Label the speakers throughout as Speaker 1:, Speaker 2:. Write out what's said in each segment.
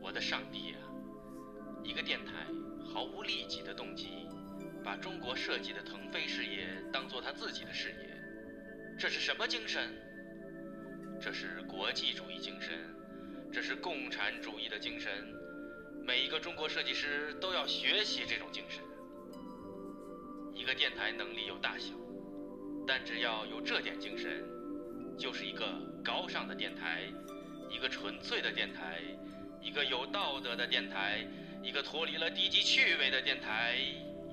Speaker 1: 哦的上帝啊！一个电台毫无利己的动机，把中国设计的腾飞事业当做他自己的事业，这是什么精神？这是国际主义精神，这是共产主义的精神。每一个中国设计师都要学习这种精神。一个电台能力有大小，但只要有这点精神，就是一个高尚的电台，一个纯粹的电台，一个有道德的电台，一个脱离了低级趣味的电台，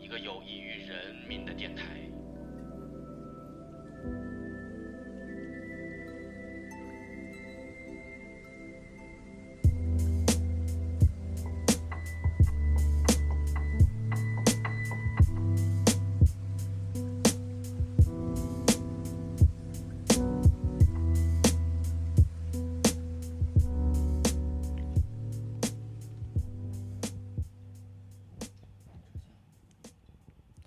Speaker 1: 一个有益于人民的电台。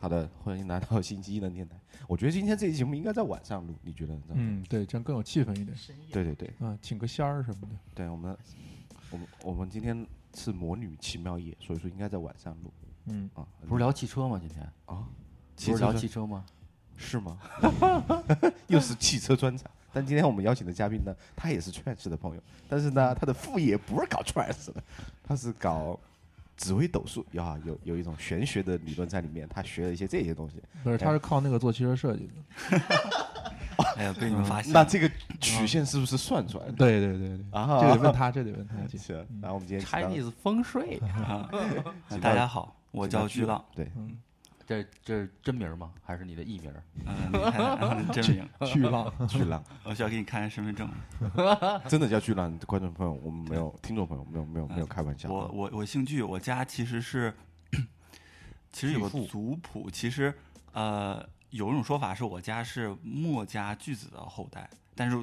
Speaker 2: 好的，欢迎来到星期一的电台。 我觉得今天这期节目应该在晚上录，你觉得呢？
Speaker 3: 嗯，对，这样更有气氛一点
Speaker 2: 对对对
Speaker 3: 啊，请个仙儿什么的。
Speaker 2: 对，我们我们我们今天是魔女奇妙夜，所以说应该在晚上录
Speaker 3: 嗯，
Speaker 2: 啊。
Speaker 4: 不是聊汽车吗？今天
Speaker 2: 啊，
Speaker 4: 不是聊
Speaker 2: 车
Speaker 4: 汽车吗？
Speaker 2: 是吗？ 又是汽车专场。但今天我们邀请的嘉宾呢，他也是 trance 的朋友，但是呢，他的副业不是搞 trance 的，他是搞紫微斗数，呀，有有一种玄学的理论在里面，他学了一些这些东西。
Speaker 3: 嗯不是，他是靠那个做汽车设计的。
Speaker 4: 哎呀，被你们发现
Speaker 2: 嗯那
Speaker 4: 了。
Speaker 2: 这个曲线是不是算出来的？
Speaker 3: 对对对对，
Speaker 2: 啊，
Speaker 3: 嗯这得问他，这得问他去。
Speaker 2: 是。然后我们今天请到
Speaker 4: Chinese 风 水，大家好，我叫巨浪，
Speaker 2: 对，
Speaker 3: 嗯
Speaker 4: 这这是真名吗？还是你的艺名？
Speaker 5: 嗯，你 看 真名，
Speaker 3: 巨浪，
Speaker 2: 巨浪，
Speaker 5: 我需要给你看身份证吗。
Speaker 2: 真的叫巨浪，观众朋友，我们没有听众朋友，没有没有没有开玩笑。啊
Speaker 5: 我我我姓巨，我家其实是，其实有个
Speaker 2: 巨富
Speaker 5: 族谱，其实呃有一种说法是我家是墨家巨子的后代，但是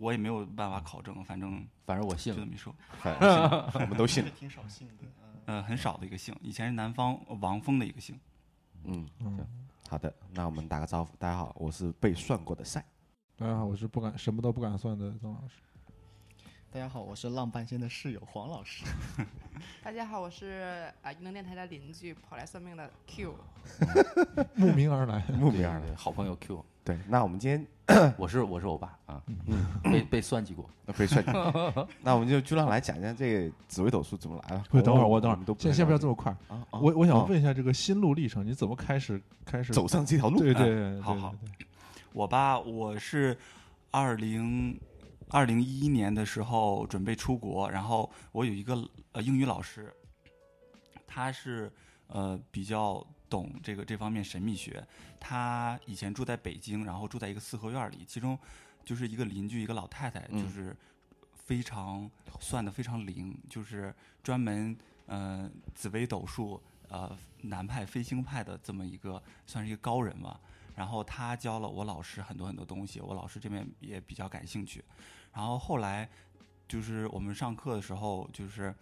Speaker 5: 我也没有办法考证，反正
Speaker 4: 反正我
Speaker 5: 就
Speaker 4: 信
Speaker 5: 这
Speaker 4: 了。
Speaker 5: 么一说。
Speaker 2: 反正我们都信了，
Speaker 6: 挺少性的，
Speaker 5: 呃，很少的一个姓，以前是南方王峰的一个姓。
Speaker 2: 嗯，行，好的，那我们打个招呼，大家好，我是被算过的赛。
Speaker 3: 大家好，哎我是不敢什么都不敢算的曾老师。
Speaker 6: 大家好，我是浪半仙的室友黄老师。
Speaker 7: 大家好，我是啊云能电台的邻居跑来算命的 Q，
Speaker 3: 慕名而来，
Speaker 2: 慕名而
Speaker 4: 对
Speaker 2: 来。
Speaker 4: 好朋友 Q，
Speaker 2: 对，那我们今天
Speaker 4: 我是我是欧巴啊，被被算计过。
Speaker 2: 那被算计，那我们就就让来讲一下这个紫微斗数怎么来了。
Speaker 3: 不是等会儿，我等会
Speaker 2: 们
Speaker 3: 儿，
Speaker 2: 都
Speaker 3: 先先不要这么快。
Speaker 2: 么，啊啊
Speaker 3: 我我
Speaker 2: 啊
Speaker 3: 想问一下，这个心路历程，你怎么开始开始
Speaker 2: 走？上这条路，
Speaker 3: 对对对，
Speaker 5: 好
Speaker 3: 对
Speaker 5: 好，
Speaker 3: 对对
Speaker 5: 我吧，我是二零二零一一年的时候准备出国，然后我有一个呃英语老师，他是呃比较懂这个这方面神秘学，他以前住在北京，然后住在一个四合院里，其中就是一个邻居一个老太太，
Speaker 2: 嗯
Speaker 5: 就是非常算的非常灵，就是专门呃紫微斗数。呃，南派飞星派的这么一个算是一个高人吧，然后他教了我老师很多很多东西，我老师这边也比较感兴趣。然后后来就是我们上课的时候，就是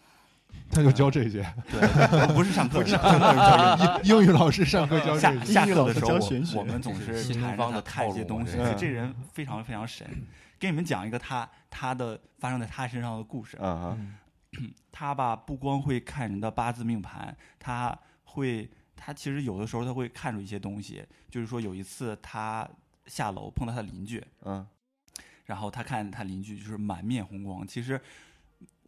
Speaker 3: 他就教这些，
Speaker 5: 对， 不是上课，上课是教英语。
Speaker 3: 英语老师上课教这
Speaker 5: 下
Speaker 3: 些。
Speaker 5: 下课的时候，
Speaker 6: 教玄学
Speaker 5: 我我们总
Speaker 4: 这
Speaker 5: 是
Speaker 4: 是新东
Speaker 5: 缠着
Speaker 4: 方
Speaker 5: 他
Speaker 4: 的
Speaker 5: 看一些
Speaker 4: 套路
Speaker 5: 东
Speaker 4: 我
Speaker 5: 西
Speaker 4: 觉，得
Speaker 5: 这人非常非常神。给你们讲一个他他的发生在他身上的故事。
Speaker 2: 啊啊，
Speaker 5: 他吧不光会看人的八字命盘，他会他其实有的时候他会看出一些东西，就是说有一次他下楼碰到他邻居，
Speaker 2: 嗯，
Speaker 5: 然后他看他邻居就是满面红光，其实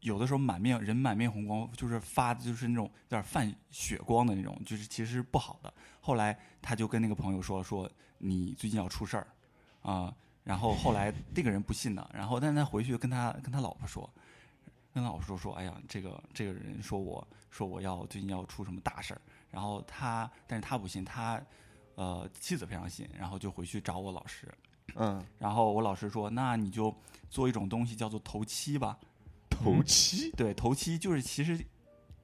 Speaker 5: 有的时候满面人满面红光就是发的就是那种有点泛血光的那种，就是其实不好的。后来他就跟那个朋友说说你最近要出事儿啊、然后后来那个人不信呢，然后但是他回去跟他跟他老婆说。跟他老婆说说，哎呀，这个这个人说我说我要最近要出什么大事儿，然后他，但是他不信，他，呃，妻子非常信，然后就回去找我老师，
Speaker 2: 嗯，
Speaker 5: 然后我老师说，那你就做一种东西叫做头七吧。
Speaker 3: 嗯
Speaker 2: 头七，
Speaker 5: 对，头七就是其实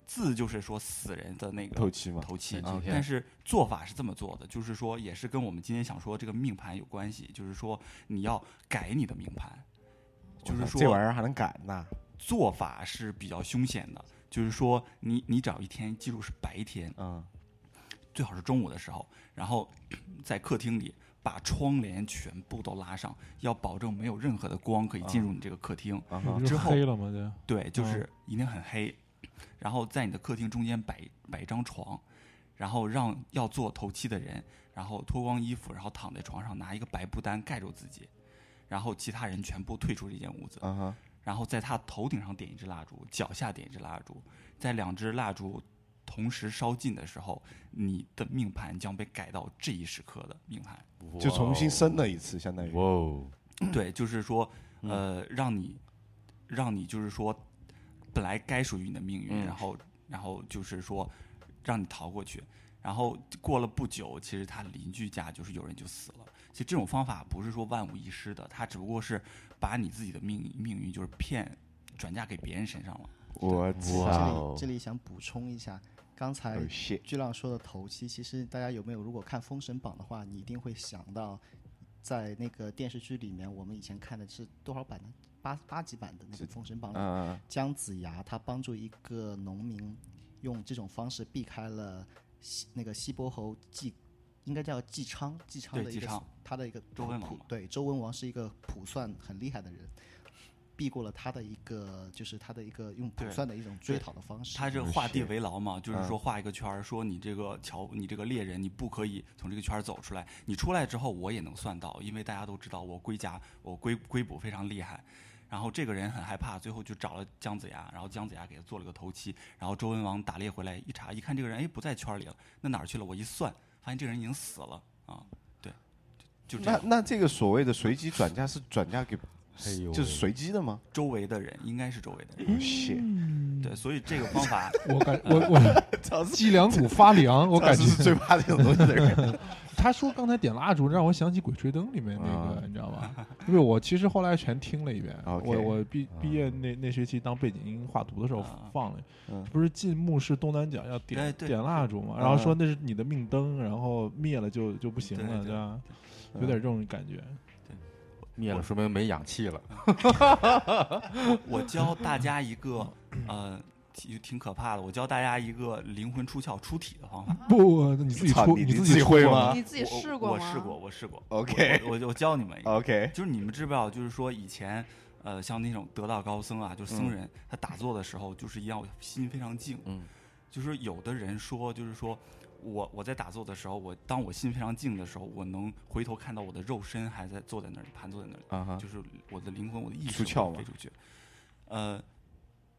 Speaker 5: 字就是说死人的那
Speaker 2: 嗯
Speaker 5: 个
Speaker 2: 头七嘛，
Speaker 5: 头七
Speaker 4: 前几天
Speaker 5: 但是做法是这么做的，就是说也是跟我们今天想说这个命盘有关系，就是说你要改你的命盘，就是
Speaker 2: 哦
Speaker 5: 说
Speaker 2: 这玩意儿还能改呢？
Speaker 5: 做法是比较凶险的，就是说你你找一天记住是白天，
Speaker 2: 嗯，
Speaker 5: 最好是中午的时候，然后 在客厅里把窗帘全部都拉上，要保证没有任何的光可以进入你这个客厅。
Speaker 2: 啊
Speaker 3: 嗯不
Speaker 2: 哈
Speaker 3: 就
Speaker 5: 之后
Speaker 3: 黑了吗？对，
Speaker 5: 对，就
Speaker 3: 嗯
Speaker 5: 是一定很黑。然后在你的客厅中间摆摆一张床，然后让要做头七的人，然后脱光衣服，然后躺在床上拿一个白布单盖住自己，然后其他人全部退出这间屋子，
Speaker 2: 啊哈，
Speaker 5: 然后在他头顶上点一支蜡烛，脚下点一支蜡烛，在两支蜡烛同时烧尽的时候，你的命盘将被改到这一时刻的命盘。
Speaker 2: 就重新生了一次，相当于
Speaker 8: 哦哇哦，
Speaker 5: 对，就是说，呃，让你，让你就是说，本来该属于你的命运，
Speaker 2: 嗯
Speaker 5: 然后，然后就是说，让你逃过去。然后过了不久，其实他的邻居家就是有人就死了。其实这种方法不是说万无一失的，他只不过是把你自己的命命运就是骗转嫁给别人身上了。
Speaker 2: 我
Speaker 8: 哇
Speaker 2: 操，
Speaker 8: 哦
Speaker 6: 这里这里想补充一下，刚才
Speaker 2: 哦 shit
Speaker 6: 巨浪说的头七，其实大家有没有如果看《封神榜》的话，你一定会想到，在那个电视剧里面，我们以前看的是多少版呢？八八级版的那个《封神
Speaker 8: 啊
Speaker 6: 榜》里面
Speaker 2: 嗯，
Speaker 6: 姜子牙他帮助一个农民用这种方式避开了西那个西伯侯季，应该叫季昌，季昌
Speaker 5: 对
Speaker 6: 的一
Speaker 5: 季
Speaker 6: 个
Speaker 5: 昌
Speaker 6: 他的一个
Speaker 5: 周文王
Speaker 6: 普
Speaker 5: 嘛
Speaker 6: 对周文王是一个卜算很厉害的人，避过了他的一个就是他的一个用卜
Speaker 5: 对
Speaker 6: 算的一种追讨的方式。
Speaker 5: 他这个画地为牢嘛，就是说画一个圈儿，说你这个乔，你这个猎人，你不可以从这个圈儿走出来。你出来之后，我也能算到，因为大家都知道我龟甲，我龟龟捕非常厉害。然后这个人很害怕，最后就找了姜子牙，然后姜子牙给他做了个头七，然后周文王打猎回来一查，一看这个人哎不在圈儿里了，那哪儿去了？我一算，发现这个人已经死了啊！对，就就这
Speaker 2: 那
Speaker 5: 样。
Speaker 2: 那这个所谓的随机转嫁是转嫁给，
Speaker 8: 哎呦喂，
Speaker 2: 就是随机的吗？
Speaker 5: 周围的人应该是周围的人，
Speaker 2: shit，
Speaker 5: 对，所以这个方法
Speaker 3: 我感我 我脊梁骨发凉，我感觉
Speaker 2: 这是最怕这种东西的人。
Speaker 3: 他说刚才点蜡烛，让我想起《鬼吹灯》里面那
Speaker 2: 啊
Speaker 3: 个，你知道吧？因为我其实后来全听了一遍。
Speaker 2: OK
Speaker 3: 我我毕毕业那那学期当背景音画图的时候
Speaker 5: 啊
Speaker 3: 放了
Speaker 2: 嗯，
Speaker 3: 不是进墓室东南角要
Speaker 5: 哎
Speaker 3: 点
Speaker 5: 对
Speaker 3: 点蜡烛嘛？然后说那是你的命灯，然后灭了就就不行
Speaker 5: 对
Speaker 3: 了，
Speaker 5: 对
Speaker 3: 对吧？有点这种感觉。
Speaker 2: 嗯
Speaker 8: 灭了，说明没氧气了。
Speaker 5: 我教大家一个，呃，挺挺可怕的。我教大家一个灵魂出窍出体的方法。
Speaker 3: 不，你自己
Speaker 2: 操
Speaker 3: 出，
Speaker 2: 你
Speaker 3: 自
Speaker 2: 自己
Speaker 3: 出
Speaker 2: 会
Speaker 3: 过
Speaker 2: 吗啊
Speaker 7: 你自己
Speaker 5: 我
Speaker 7: 试过
Speaker 5: 我
Speaker 7: 吗？
Speaker 5: 试过，。我试过。
Speaker 2: OK
Speaker 5: 我我我教你们一个，
Speaker 2: OK，
Speaker 5: 就是你们知不知道？就是说以前，呃，像那种得道高僧啊，就是僧人，他打坐的时候就是一样，心非常静。
Speaker 2: 嗯，
Speaker 5: 就是有的人说，就是说我我在打坐的时候，我当我心非常静的时候，我能回头看到我的肉身还在坐在那里，盘坐在那里。
Speaker 2: 啊哈，
Speaker 5: 就是我的灵魂，我的意
Speaker 2: 出
Speaker 5: 识
Speaker 2: 窍
Speaker 5: 会飞
Speaker 2: 吗
Speaker 5: 出去。呃，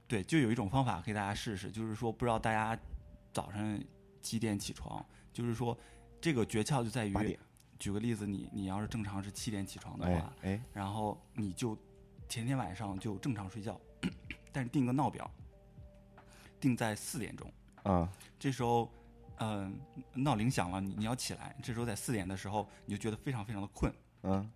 Speaker 5: 对，就有一种方法可以大家试试，就是说不知道大家早上几点起床，就是说这个诀窍就在
Speaker 2: 八
Speaker 5: 于
Speaker 2: 点，
Speaker 5: 举个例子，你你要是正常是七点起床的
Speaker 2: 哎
Speaker 5: 话，
Speaker 2: 哎，
Speaker 5: 然后你就前天晚上就正常睡觉， 但是定个闹表，定在四点钟。
Speaker 2: 啊，
Speaker 5: 这时候，嗯、闹铃响了，你你要起来。这时候在四点的时候，你就觉得非常非常的困，
Speaker 2: 嗯，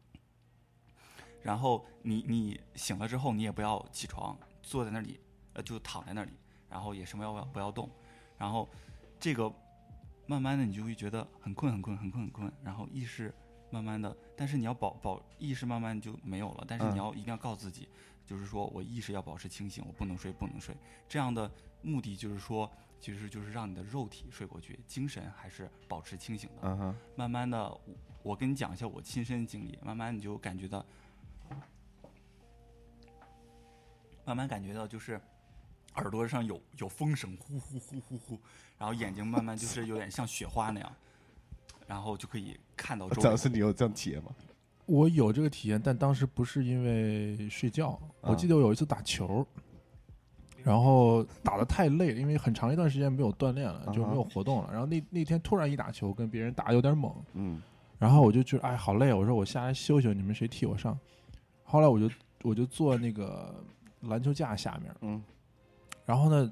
Speaker 5: 然后你你醒了之后，你也不要起床，坐在那里，呃，就躺在那里，然后也什么要不要不要动，然后这个慢慢的你就会觉得很困很困很困很困，然后意识慢慢的，但是你要保保意识慢慢就没有了，但是
Speaker 2: 嗯
Speaker 5: 你要一定要告诉自己，就是说我意识要保持清醒，我不能睡不能睡，这样的目的就是说，其实就是让你的肉体睡过去，精神还是保持清醒的。
Speaker 2: 啊哈，
Speaker 5: 慢慢的，我我跟你讲一下我亲身经历，慢慢你就感觉到，慢慢感觉到就是耳朵上有有风声，呼呼呼呼呼，然后眼睛慢慢就是有点像雪花那样，然后就可以看到周
Speaker 2: 张
Speaker 5: 围
Speaker 2: 老。师，你有这样体验吗？
Speaker 3: 我有这个体验，但当时不是因为睡觉，我记得我有一次打球，然后打的太累，因为很长一段时间没有锻炼了，就没有活动了。然后那那天突然一打球，跟别人打有点猛，
Speaker 2: 嗯，
Speaker 3: 然后我就觉得哎好累，我说我下来休休，你们谁替我上？后来我就我就坐那个篮球架下面，
Speaker 2: 嗯，
Speaker 3: 然后呢，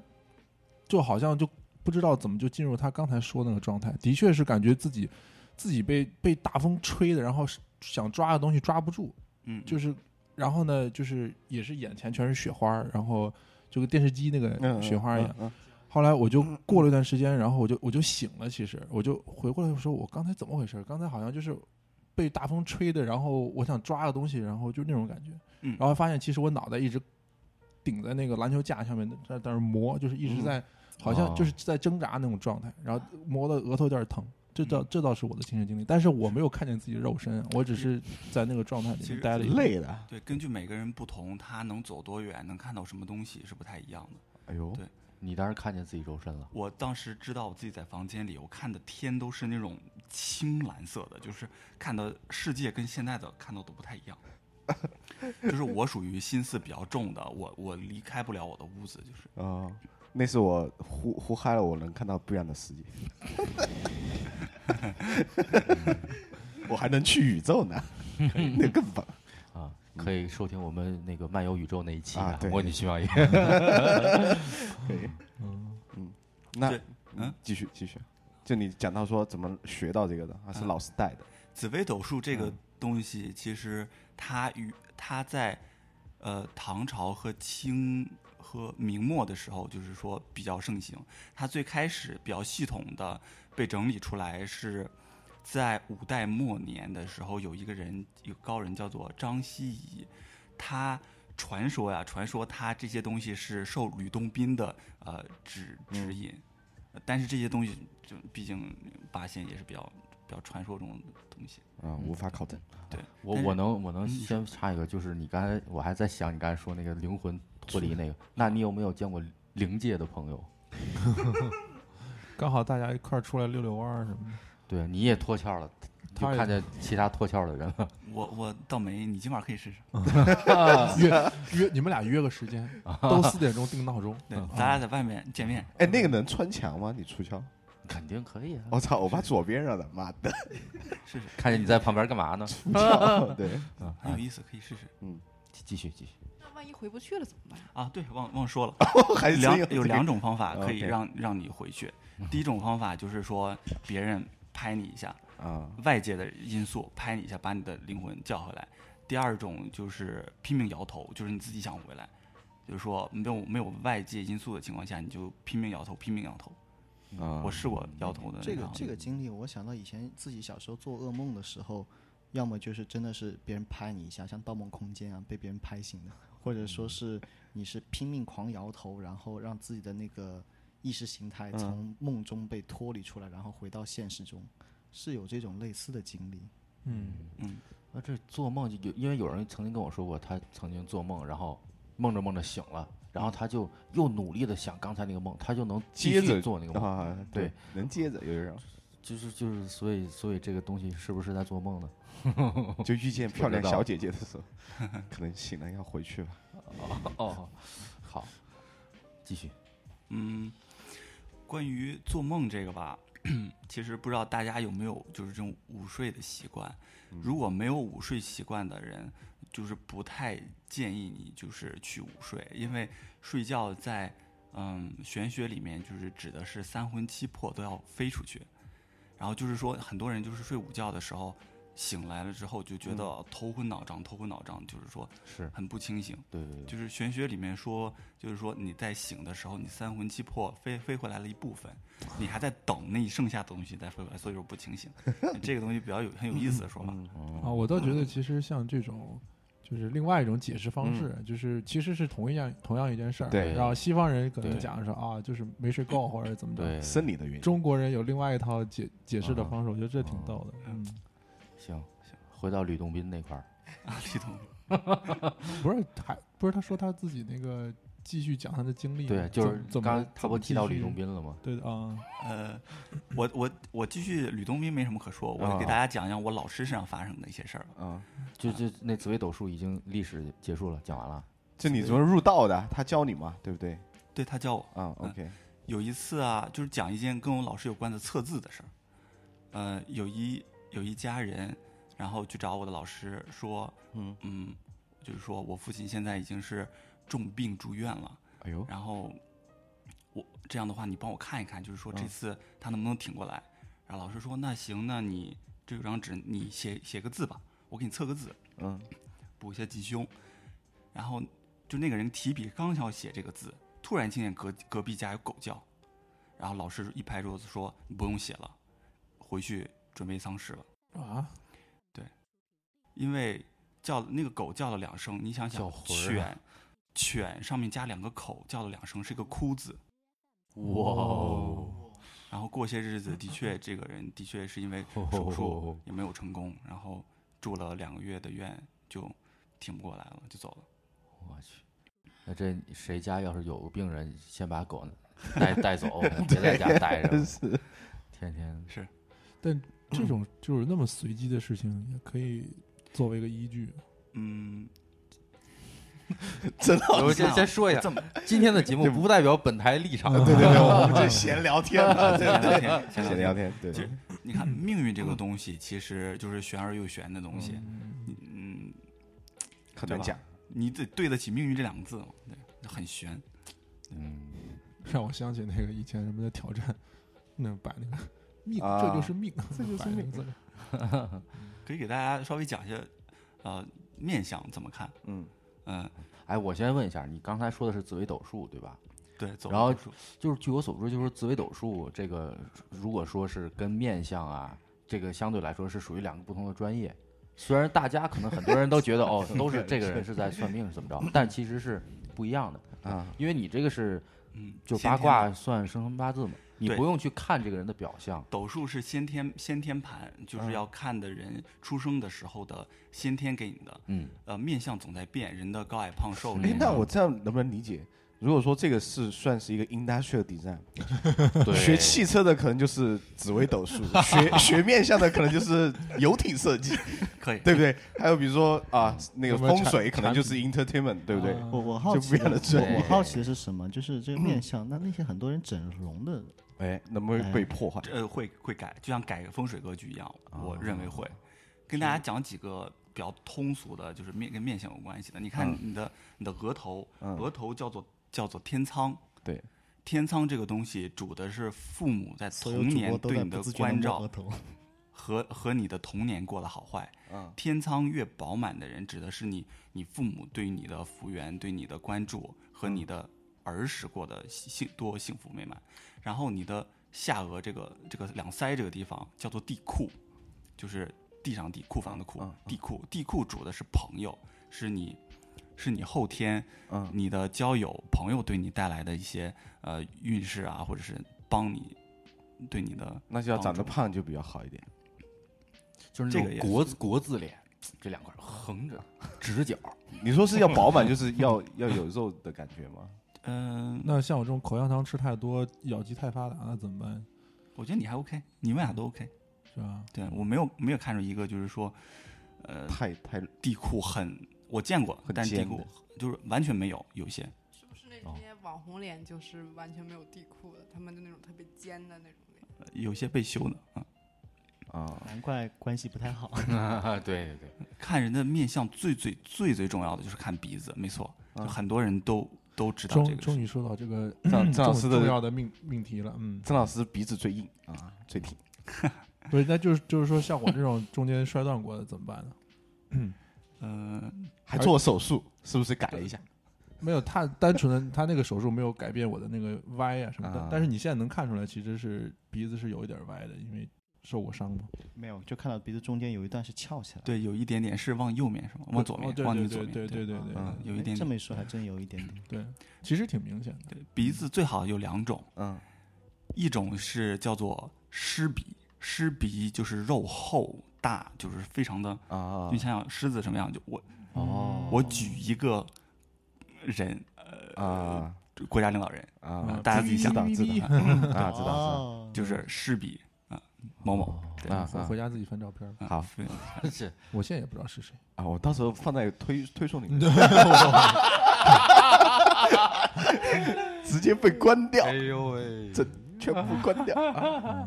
Speaker 3: 就好像就不知道怎么就进入他刚才说的那个状态，的确是感觉自己自己被被大风吹的，然后是想抓的东西抓不住，
Speaker 5: 嗯，
Speaker 3: 就是是然后呢，就是也是眼前全是雪花，然后就跟电视机那个雪花一样。
Speaker 2: 嗯，
Speaker 3: 后来我就过了一段时间，然后我就我就醒了，其实我就回过来说，我刚才怎么回事？刚才好像就是被大风吹的，然后我想抓个东西，然后就那种感觉。
Speaker 5: 嗯
Speaker 3: 然后发现其实我脑袋一直顶在那个篮球架下面，在在那儿磨，就是
Speaker 2: 嗯
Speaker 3: 一直在、好像就是在挣扎那种状态，然后磨的额头有点疼。这倒
Speaker 2: 嗯
Speaker 3: 这倒是我的亲身经历，但是我没有看见自己肉身，啊我只是在那个状态里
Speaker 5: 其实
Speaker 3: 面待了一会儿
Speaker 2: 累的，啊
Speaker 5: 对，根据每个人不同，他能走多远，能看到什么东西是不太一样的。
Speaker 2: 哎呦，
Speaker 5: 对
Speaker 8: 你当时看见自己肉身了，
Speaker 5: 我当时知道我自己在房间里，我看的天都是那种青蓝色的，就是看的世界跟现在的看到的不太一样。 就是我属于心思比较重的，我我离开不了我的屋子，就是
Speaker 2: 啊，那是我呼呼嗨了，我能看到不一样的世界， 我还能去宇宙呢，那更棒。
Speaker 8: 啊，可以收听我们那个漫游宇宙那一期
Speaker 2: 啊对
Speaker 8: 模拟徐小爷。
Speaker 2: 那
Speaker 5: 对嗯，
Speaker 2: 继续继续，就你讲到说怎么学到这个的，啊，是老师带的，
Speaker 5: 紫微斗数这个东西，其实它与它在呃唐朝和清和明末的时候，就是说比较盛行。它最开始比较系统的被整理出来是。在五代末年的时候，有一个人，有高人叫做张希夷，他传说呀，传说他这些东西是受吕洞宾的呃指指引，但是这些东西就毕竟八仙也是比较比较传说中的东西。
Speaker 2: 啊，无法考证。
Speaker 5: 对，
Speaker 8: 我
Speaker 5: 但是
Speaker 8: 我能我能
Speaker 5: 嗯你
Speaker 8: 先插一个，就是你刚才我还在想你刚才说那个灵魂脱离那个，那你有没有见过灵界的朋友？
Speaker 3: 刚好大家一块儿出来遛遛弯儿什么的。
Speaker 8: 对，你也脱壳了，就
Speaker 3: 他也
Speaker 8: 看见其他脱壳的人了。
Speaker 5: 我我倒没，你今晚可以试试。
Speaker 8: 啊
Speaker 3: 约约你们俩约个时间，都四点钟定闹 钟。啊
Speaker 5: 对，
Speaker 8: 嗯
Speaker 5: 咱俩在外面见面。
Speaker 2: 哎，那个能穿墙吗？你出窍？
Speaker 8: 肯定可以啊！
Speaker 2: 我操，我把左边上的，妈的，
Speaker 8: 看见你在旁边干嘛呢？
Speaker 2: 出窍。对，
Speaker 8: 啊，
Speaker 5: 很有意思，可以试试
Speaker 8: 继继续继续。
Speaker 7: 那万一回不去了怎么办？
Speaker 5: 啊！对，忘 忘说了，
Speaker 8: 哎
Speaker 2: 还是
Speaker 5: 两
Speaker 2: 真
Speaker 5: 有
Speaker 2: 这个
Speaker 5: 两种方法可以
Speaker 2: OK
Speaker 5: 让让你回去。
Speaker 8: 嗯
Speaker 5: 第一种方法就是说别人拍你一下，
Speaker 2: 啊，
Speaker 5: 外界的因素拍你一下，把你的灵魂叫回来。第二种就是拼命摇头，就是你自己想回来，就是说没有没有外界因素的情况下，你就拼命摇头，拼命摇头。
Speaker 8: 嗯
Speaker 2: 啊
Speaker 5: 我试过摇头的那行为，
Speaker 6: 这个这个经历，我想到以前自己小时候做噩梦的时候，要么就是真的是别人拍你一下，像《盗梦空间》啊，被别人拍醒的，或
Speaker 5: 嗯
Speaker 6: 者说是你是拼命狂摇头，然后让自己的那个意识形态
Speaker 5: 嗯
Speaker 6: 从梦中被脱离出来，然后回到现实中，是有这种类似的经历。
Speaker 3: 嗯，
Speaker 8: 那这做梦就有，因为有人曾经跟我说过，他曾经做梦，然后梦着梦着醒了，然后他就又努力的想刚才那个梦，他就能继
Speaker 2: 接
Speaker 8: 续
Speaker 2: 着
Speaker 8: 做那个梦，
Speaker 2: 啊，对，能接着有人
Speaker 8: 就是就是，所以所以这个东西是不是在做梦呢？
Speaker 2: 就遇见漂亮
Speaker 8: 我知道
Speaker 2: 小姐姐的时候，可能醒了要回去吧。
Speaker 8: 哦，好，继续。
Speaker 5: 嗯，关于做梦这个吧， 其实不知道大家有没有就是这种午睡的习惯。如果没有午睡习惯的人，就是不太建议你就是去午睡，因为睡觉在嗯玄学里面就是指的是三魂七魄都要飞出去。然后就是说，很多人就是睡午觉的时候醒来了之后就觉得头昏脑胀，头昏脑胀，就是说
Speaker 8: 是
Speaker 5: 很不清醒。
Speaker 8: 对对对，
Speaker 5: 就是玄学里面说，就是说你在醒的时候，你三魂七魄飞飞回来了一部分，你还在等那剩下的东西再飞回来，所以说不清醒。这个东西比较有很有意思的说法。
Speaker 2: 嗯
Speaker 8: 嗯哦
Speaker 3: 啊，我倒觉得其实像这种，就是另外一种解释方式，
Speaker 8: 嗯
Speaker 3: 就是其实是同一样同样一件事儿。
Speaker 2: 对
Speaker 3: 然后西方人可能
Speaker 8: 对
Speaker 3: 讲说啊，就是没睡够或者怎么着。
Speaker 8: 对，
Speaker 2: 生理的原因，
Speaker 3: 中国人有另外一套解解释的
Speaker 8: 啊
Speaker 3: 方式，我觉得这挺逗的。嗯，
Speaker 8: 行，回到吕洞宾那块儿，
Speaker 5: 啊，李总，
Speaker 3: 不是，还不是他说他自己那个继续讲他的经历吗。
Speaker 8: 对，就是
Speaker 3: 嗯怎么怎么
Speaker 8: 刚他不提到吕洞
Speaker 3: 继续？
Speaker 8: 宾了吗？
Speaker 3: 对的啊，
Speaker 5: 呃，我我我继续吕洞宾没什么可说，我给大家讲讲我老师身上发生的一些事儿吧。
Speaker 2: 啊，
Speaker 8: 就就那紫微斗数已经历史结束了，讲完了。
Speaker 2: 就你怎么入道的？他教你嘛，对不对？
Speaker 5: 对他教我
Speaker 2: 啊，OK，
Speaker 5: 有一次啊，就是讲一件跟我老师有关的测字的事儿。呃，有一有一家人，然后去找我的老师说，
Speaker 2: 嗯
Speaker 5: 嗯，就是说我父亲现在已经是重病住院了，
Speaker 2: 哎呦，
Speaker 5: 然后我这样的话，你帮我看一看，就是说这次他能不能挺过来。然后老师说，那行，那你这有张纸，你写写个字吧，我给你测个字，
Speaker 2: 嗯，
Speaker 5: 补一下吉凶。然后就那个人提笔刚想写这个字，突然听见隔隔壁家有狗叫，然后老师一拍桌子说：“你不用写了，回去准备丧事了。
Speaker 3: 啊，”
Speaker 5: 因为叫那个狗叫了两声，你想
Speaker 8: 叫
Speaker 5: 想，
Speaker 8: 魂儿啊
Speaker 5: 犬犬上面加两个口，叫了两声是一个哭字。
Speaker 8: 哇哦，
Speaker 5: 然后过些 日子，的确这个人的确是因为
Speaker 8: 哦
Speaker 5: 手术也没有成功，然后住了两个月的院就挺不过来了，就走了。
Speaker 8: 我去，那这谁家要是有个病人，先把狗带带 走，别在家待着了，
Speaker 2: 是
Speaker 8: 天天
Speaker 3: 这种就是那么随机的事情，也可以作为一个依据。
Speaker 5: 嗯，
Speaker 2: 真的。
Speaker 8: 我先先说一下，今天的节目不代表本台立场。
Speaker 2: 啊嗯
Speaker 8: 啊
Speaker 2: 对对对，我们 这 闲聊天嘛，对
Speaker 5: 闲聊
Speaker 2: 对
Speaker 5: 天，
Speaker 2: 对，闲聊天，对
Speaker 5: 其，实你
Speaker 8: 嗯
Speaker 5: 看，命运这个东西其实就是玄而又玄的东西。嗯，
Speaker 2: 很难
Speaker 5: 对吧
Speaker 2: 讲。
Speaker 5: 你得对得起“命运”这两个字嘛，对，很玄。
Speaker 8: 嗯，
Speaker 3: 让我想起那个以前什么的挑战，那把 那个命，
Speaker 2: 啊
Speaker 3: 这就是命，
Speaker 2: 这就是
Speaker 3: 摆那个
Speaker 2: 命
Speaker 3: 字儿
Speaker 5: 可以给大家稍微讲一下，呃，面相怎么看？
Speaker 2: 嗯，
Speaker 5: 嗯，
Speaker 8: 哎，我先问一下，你刚才说的是紫微斗数对吧？
Speaker 5: 对，走
Speaker 8: 然后
Speaker 5: 手术
Speaker 8: 就是据我所知，就是紫微斗数这个，如果说是跟面相啊，这个相对来说是属于两个不同的专业。虽然大家可能很多人都觉得哦，都是这个人是在算命是怎么着，但其实是不一样的，
Speaker 2: 啊，
Speaker 8: 因为你这个是
Speaker 5: 嗯，
Speaker 8: 就
Speaker 5: 先
Speaker 8: 八
Speaker 5: 天
Speaker 8: 卦算生辰八字嘛，你
Speaker 5: 对
Speaker 8: 不用去看这个人的表象。
Speaker 5: 斗数是先天先天盘，
Speaker 8: 嗯
Speaker 5: 就是要看的人出生的时候的先天给你的。
Speaker 8: 嗯，
Speaker 5: 呃，面相总在变，人的高矮胖瘦。
Speaker 8: 嗯
Speaker 2: 哎
Speaker 5: 脸，
Speaker 2: 那
Speaker 5: 上
Speaker 2: 我这样能不能理解？如果说这个是算是一个 industrial design，
Speaker 8: 对，
Speaker 2: 学汽车的可能就是紫微斗数，学学面向的可能就是游艇设计，
Speaker 5: 可以，
Speaker 2: 对不对？还有比如说啊，那个
Speaker 3: 有没有
Speaker 2: 风水可
Speaker 3: 产
Speaker 2: 能就是 entertainment，对不对？
Speaker 3: 啊
Speaker 6: 我我好
Speaker 2: 就
Speaker 6: 奇
Speaker 2: 不一样
Speaker 6: 的
Speaker 2: 的专
Speaker 6: 我我
Speaker 2: 业
Speaker 6: 好奇的是什么？就是这个面相，那那些很多人整容的，
Speaker 2: 哎，能不能被破坏？
Speaker 5: 呃，会会改，就像改风水格局一样，我认为
Speaker 6: 哦
Speaker 5: 会。跟大家讲几个比较通俗的，就是面跟面相有关系的。你看
Speaker 6: 嗯
Speaker 5: 你的、你的额头，额头叫做叫做天仓，
Speaker 2: 对，
Speaker 5: 天仓这个东西主的是父母在
Speaker 6: 所有
Speaker 5: 童
Speaker 6: 主
Speaker 5: 年
Speaker 6: 播都
Speaker 5: 对
Speaker 6: 在
Speaker 5: 你
Speaker 6: 不
Speaker 5: 的
Speaker 6: 自觉地
Speaker 5: 关
Speaker 6: 摸
Speaker 5: 照
Speaker 6: 额头。
Speaker 5: 和和你的童年过得好坏。
Speaker 2: 嗯
Speaker 5: 天仓越饱满的人，指的是你你父母对你的福缘、对你的关注
Speaker 2: 嗯
Speaker 5: 和你的儿时过得幸幸多幸福美满。然后你的下颚这个这个两腮这个地方叫做地库，就是地上地库房的库
Speaker 2: 嗯，
Speaker 5: 地库地库主的是朋友，是你是你后天
Speaker 2: 嗯
Speaker 5: 你的交友朋友对你带来的一些呃运势啊，或者是帮你对你的
Speaker 2: 那就要长
Speaker 5: 帮
Speaker 2: 得
Speaker 5: 助
Speaker 2: 胖就比较好一点。
Speaker 8: 就是
Speaker 5: 这
Speaker 8: 那
Speaker 5: 个也
Speaker 8: 种国字国字脸，这两块横着直角，
Speaker 2: 你说是要饱满，就是要要有肉的感觉吗？
Speaker 5: 嗯、
Speaker 3: 那像我这种口香糖吃太多，咬肌太发达，那怎么办？
Speaker 5: 我觉得你还 OK，你们俩都 OK。
Speaker 3: 是吧？
Speaker 5: 对我没有没有看出一个就是说，呃，
Speaker 2: 太太
Speaker 5: 地库很我见过
Speaker 2: 很，
Speaker 5: 但是地
Speaker 2: 尖
Speaker 5: 库
Speaker 2: 的
Speaker 5: 就是完全没有，有些
Speaker 7: 是不是那些网红脸就是完全没有地库的，他们就那种特别尖的那种 脸？
Speaker 5: 呃有些被修的啊。
Speaker 2: 啊，
Speaker 6: 难怪关系不太好。
Speaker 8: 对对对，
Speaker 5: 看人的面相最最最最重要的就是看鼻子，没错，就很多人都都知道这
Speaker 3: 终
Speaker 5: 个
Speaker 3: 终
Speaker 5: 事。
Speaker 3: 于说到这个
Speaker 2: 啊郑郑老师
Speaker 3: 重重
Speaker 2: 的
Speaker 3: 要的命命题了， 嗯，
Speaker 2: 郑老师鼻子最硬啊，最挺。
Speaker 3: 不是，那就是就是说，像我这种中间摔断过的怎么办呢？
Speaker 5: 呃，
Speaker 2: 还做手术，是不是改了一下？
Speaker 3: 没有，他单纯的他那个手术没有改变我的那个歪啊什么的，
Speaker 2: 啊
Speaker 3: 但是你现在能看出来，其实是鼻子是有一点歪的，因为受过伤嘛，
Speaker 6: 没有，就看到鼻子中间有一段是翘起来。
Speaker 5: 对，有一点点是往右面是吗？往左面
Speaker 3: 哦，对
Speaker 5: 往
Speaker 3: 对
Speaker 5: 你左
Speaker 3: 对
Speaker 5: 面，
Speaker 3: 对对对对
Speaker 2: 啊
Speaker 5: 嗯有一
Speaker 6: 哎
Speaker 5: 点
Speaker 6: 这
Speaker 5: 点。
Speaker 6: 么一说，还真有一点点。
Speaker 3: 对，其实挺明显的。
Speaker 5: 对，鼻子最好有两种，
Speaker 2: 嗯
Speaker 5: 一种是叫做湿鼻，湿鼻就是肉厚大，就是非常的，
Speaker 2: 啊
Speaker 5: 你想想狮子什么样？就我
Speaker 2: 哦
Speaker 5: 我举一个人，
Speaker 2: 啊
Speaker 5: 国家领导人，
Speaker 3: 嗯
Speaker 2: 啊，
Speaker 5: 大家自己想
Speaker 2: 知道知道啊，知道知道。
Speaker 6: 哦，
Speaker 5: 就是
Speaker 2: 嗯
Speaker 5: 施比啊某某，对
Speaker 2: 啊
Speaker 3: 回回家自己翻照片儿吧，
Speaker 5: 嗯
Speaker 2: 好
Speaker 5: 对
Speaker 8: 是
Speaker 3: 我现在也不知道是 谁。
Speaker 2: 啊，我到时候放在推推送里面，直接被关
Speaker 3: 哎
Speaker 2: 掉，
Speaker 8: 呦喂
Speaker 2: 这全部关 掉。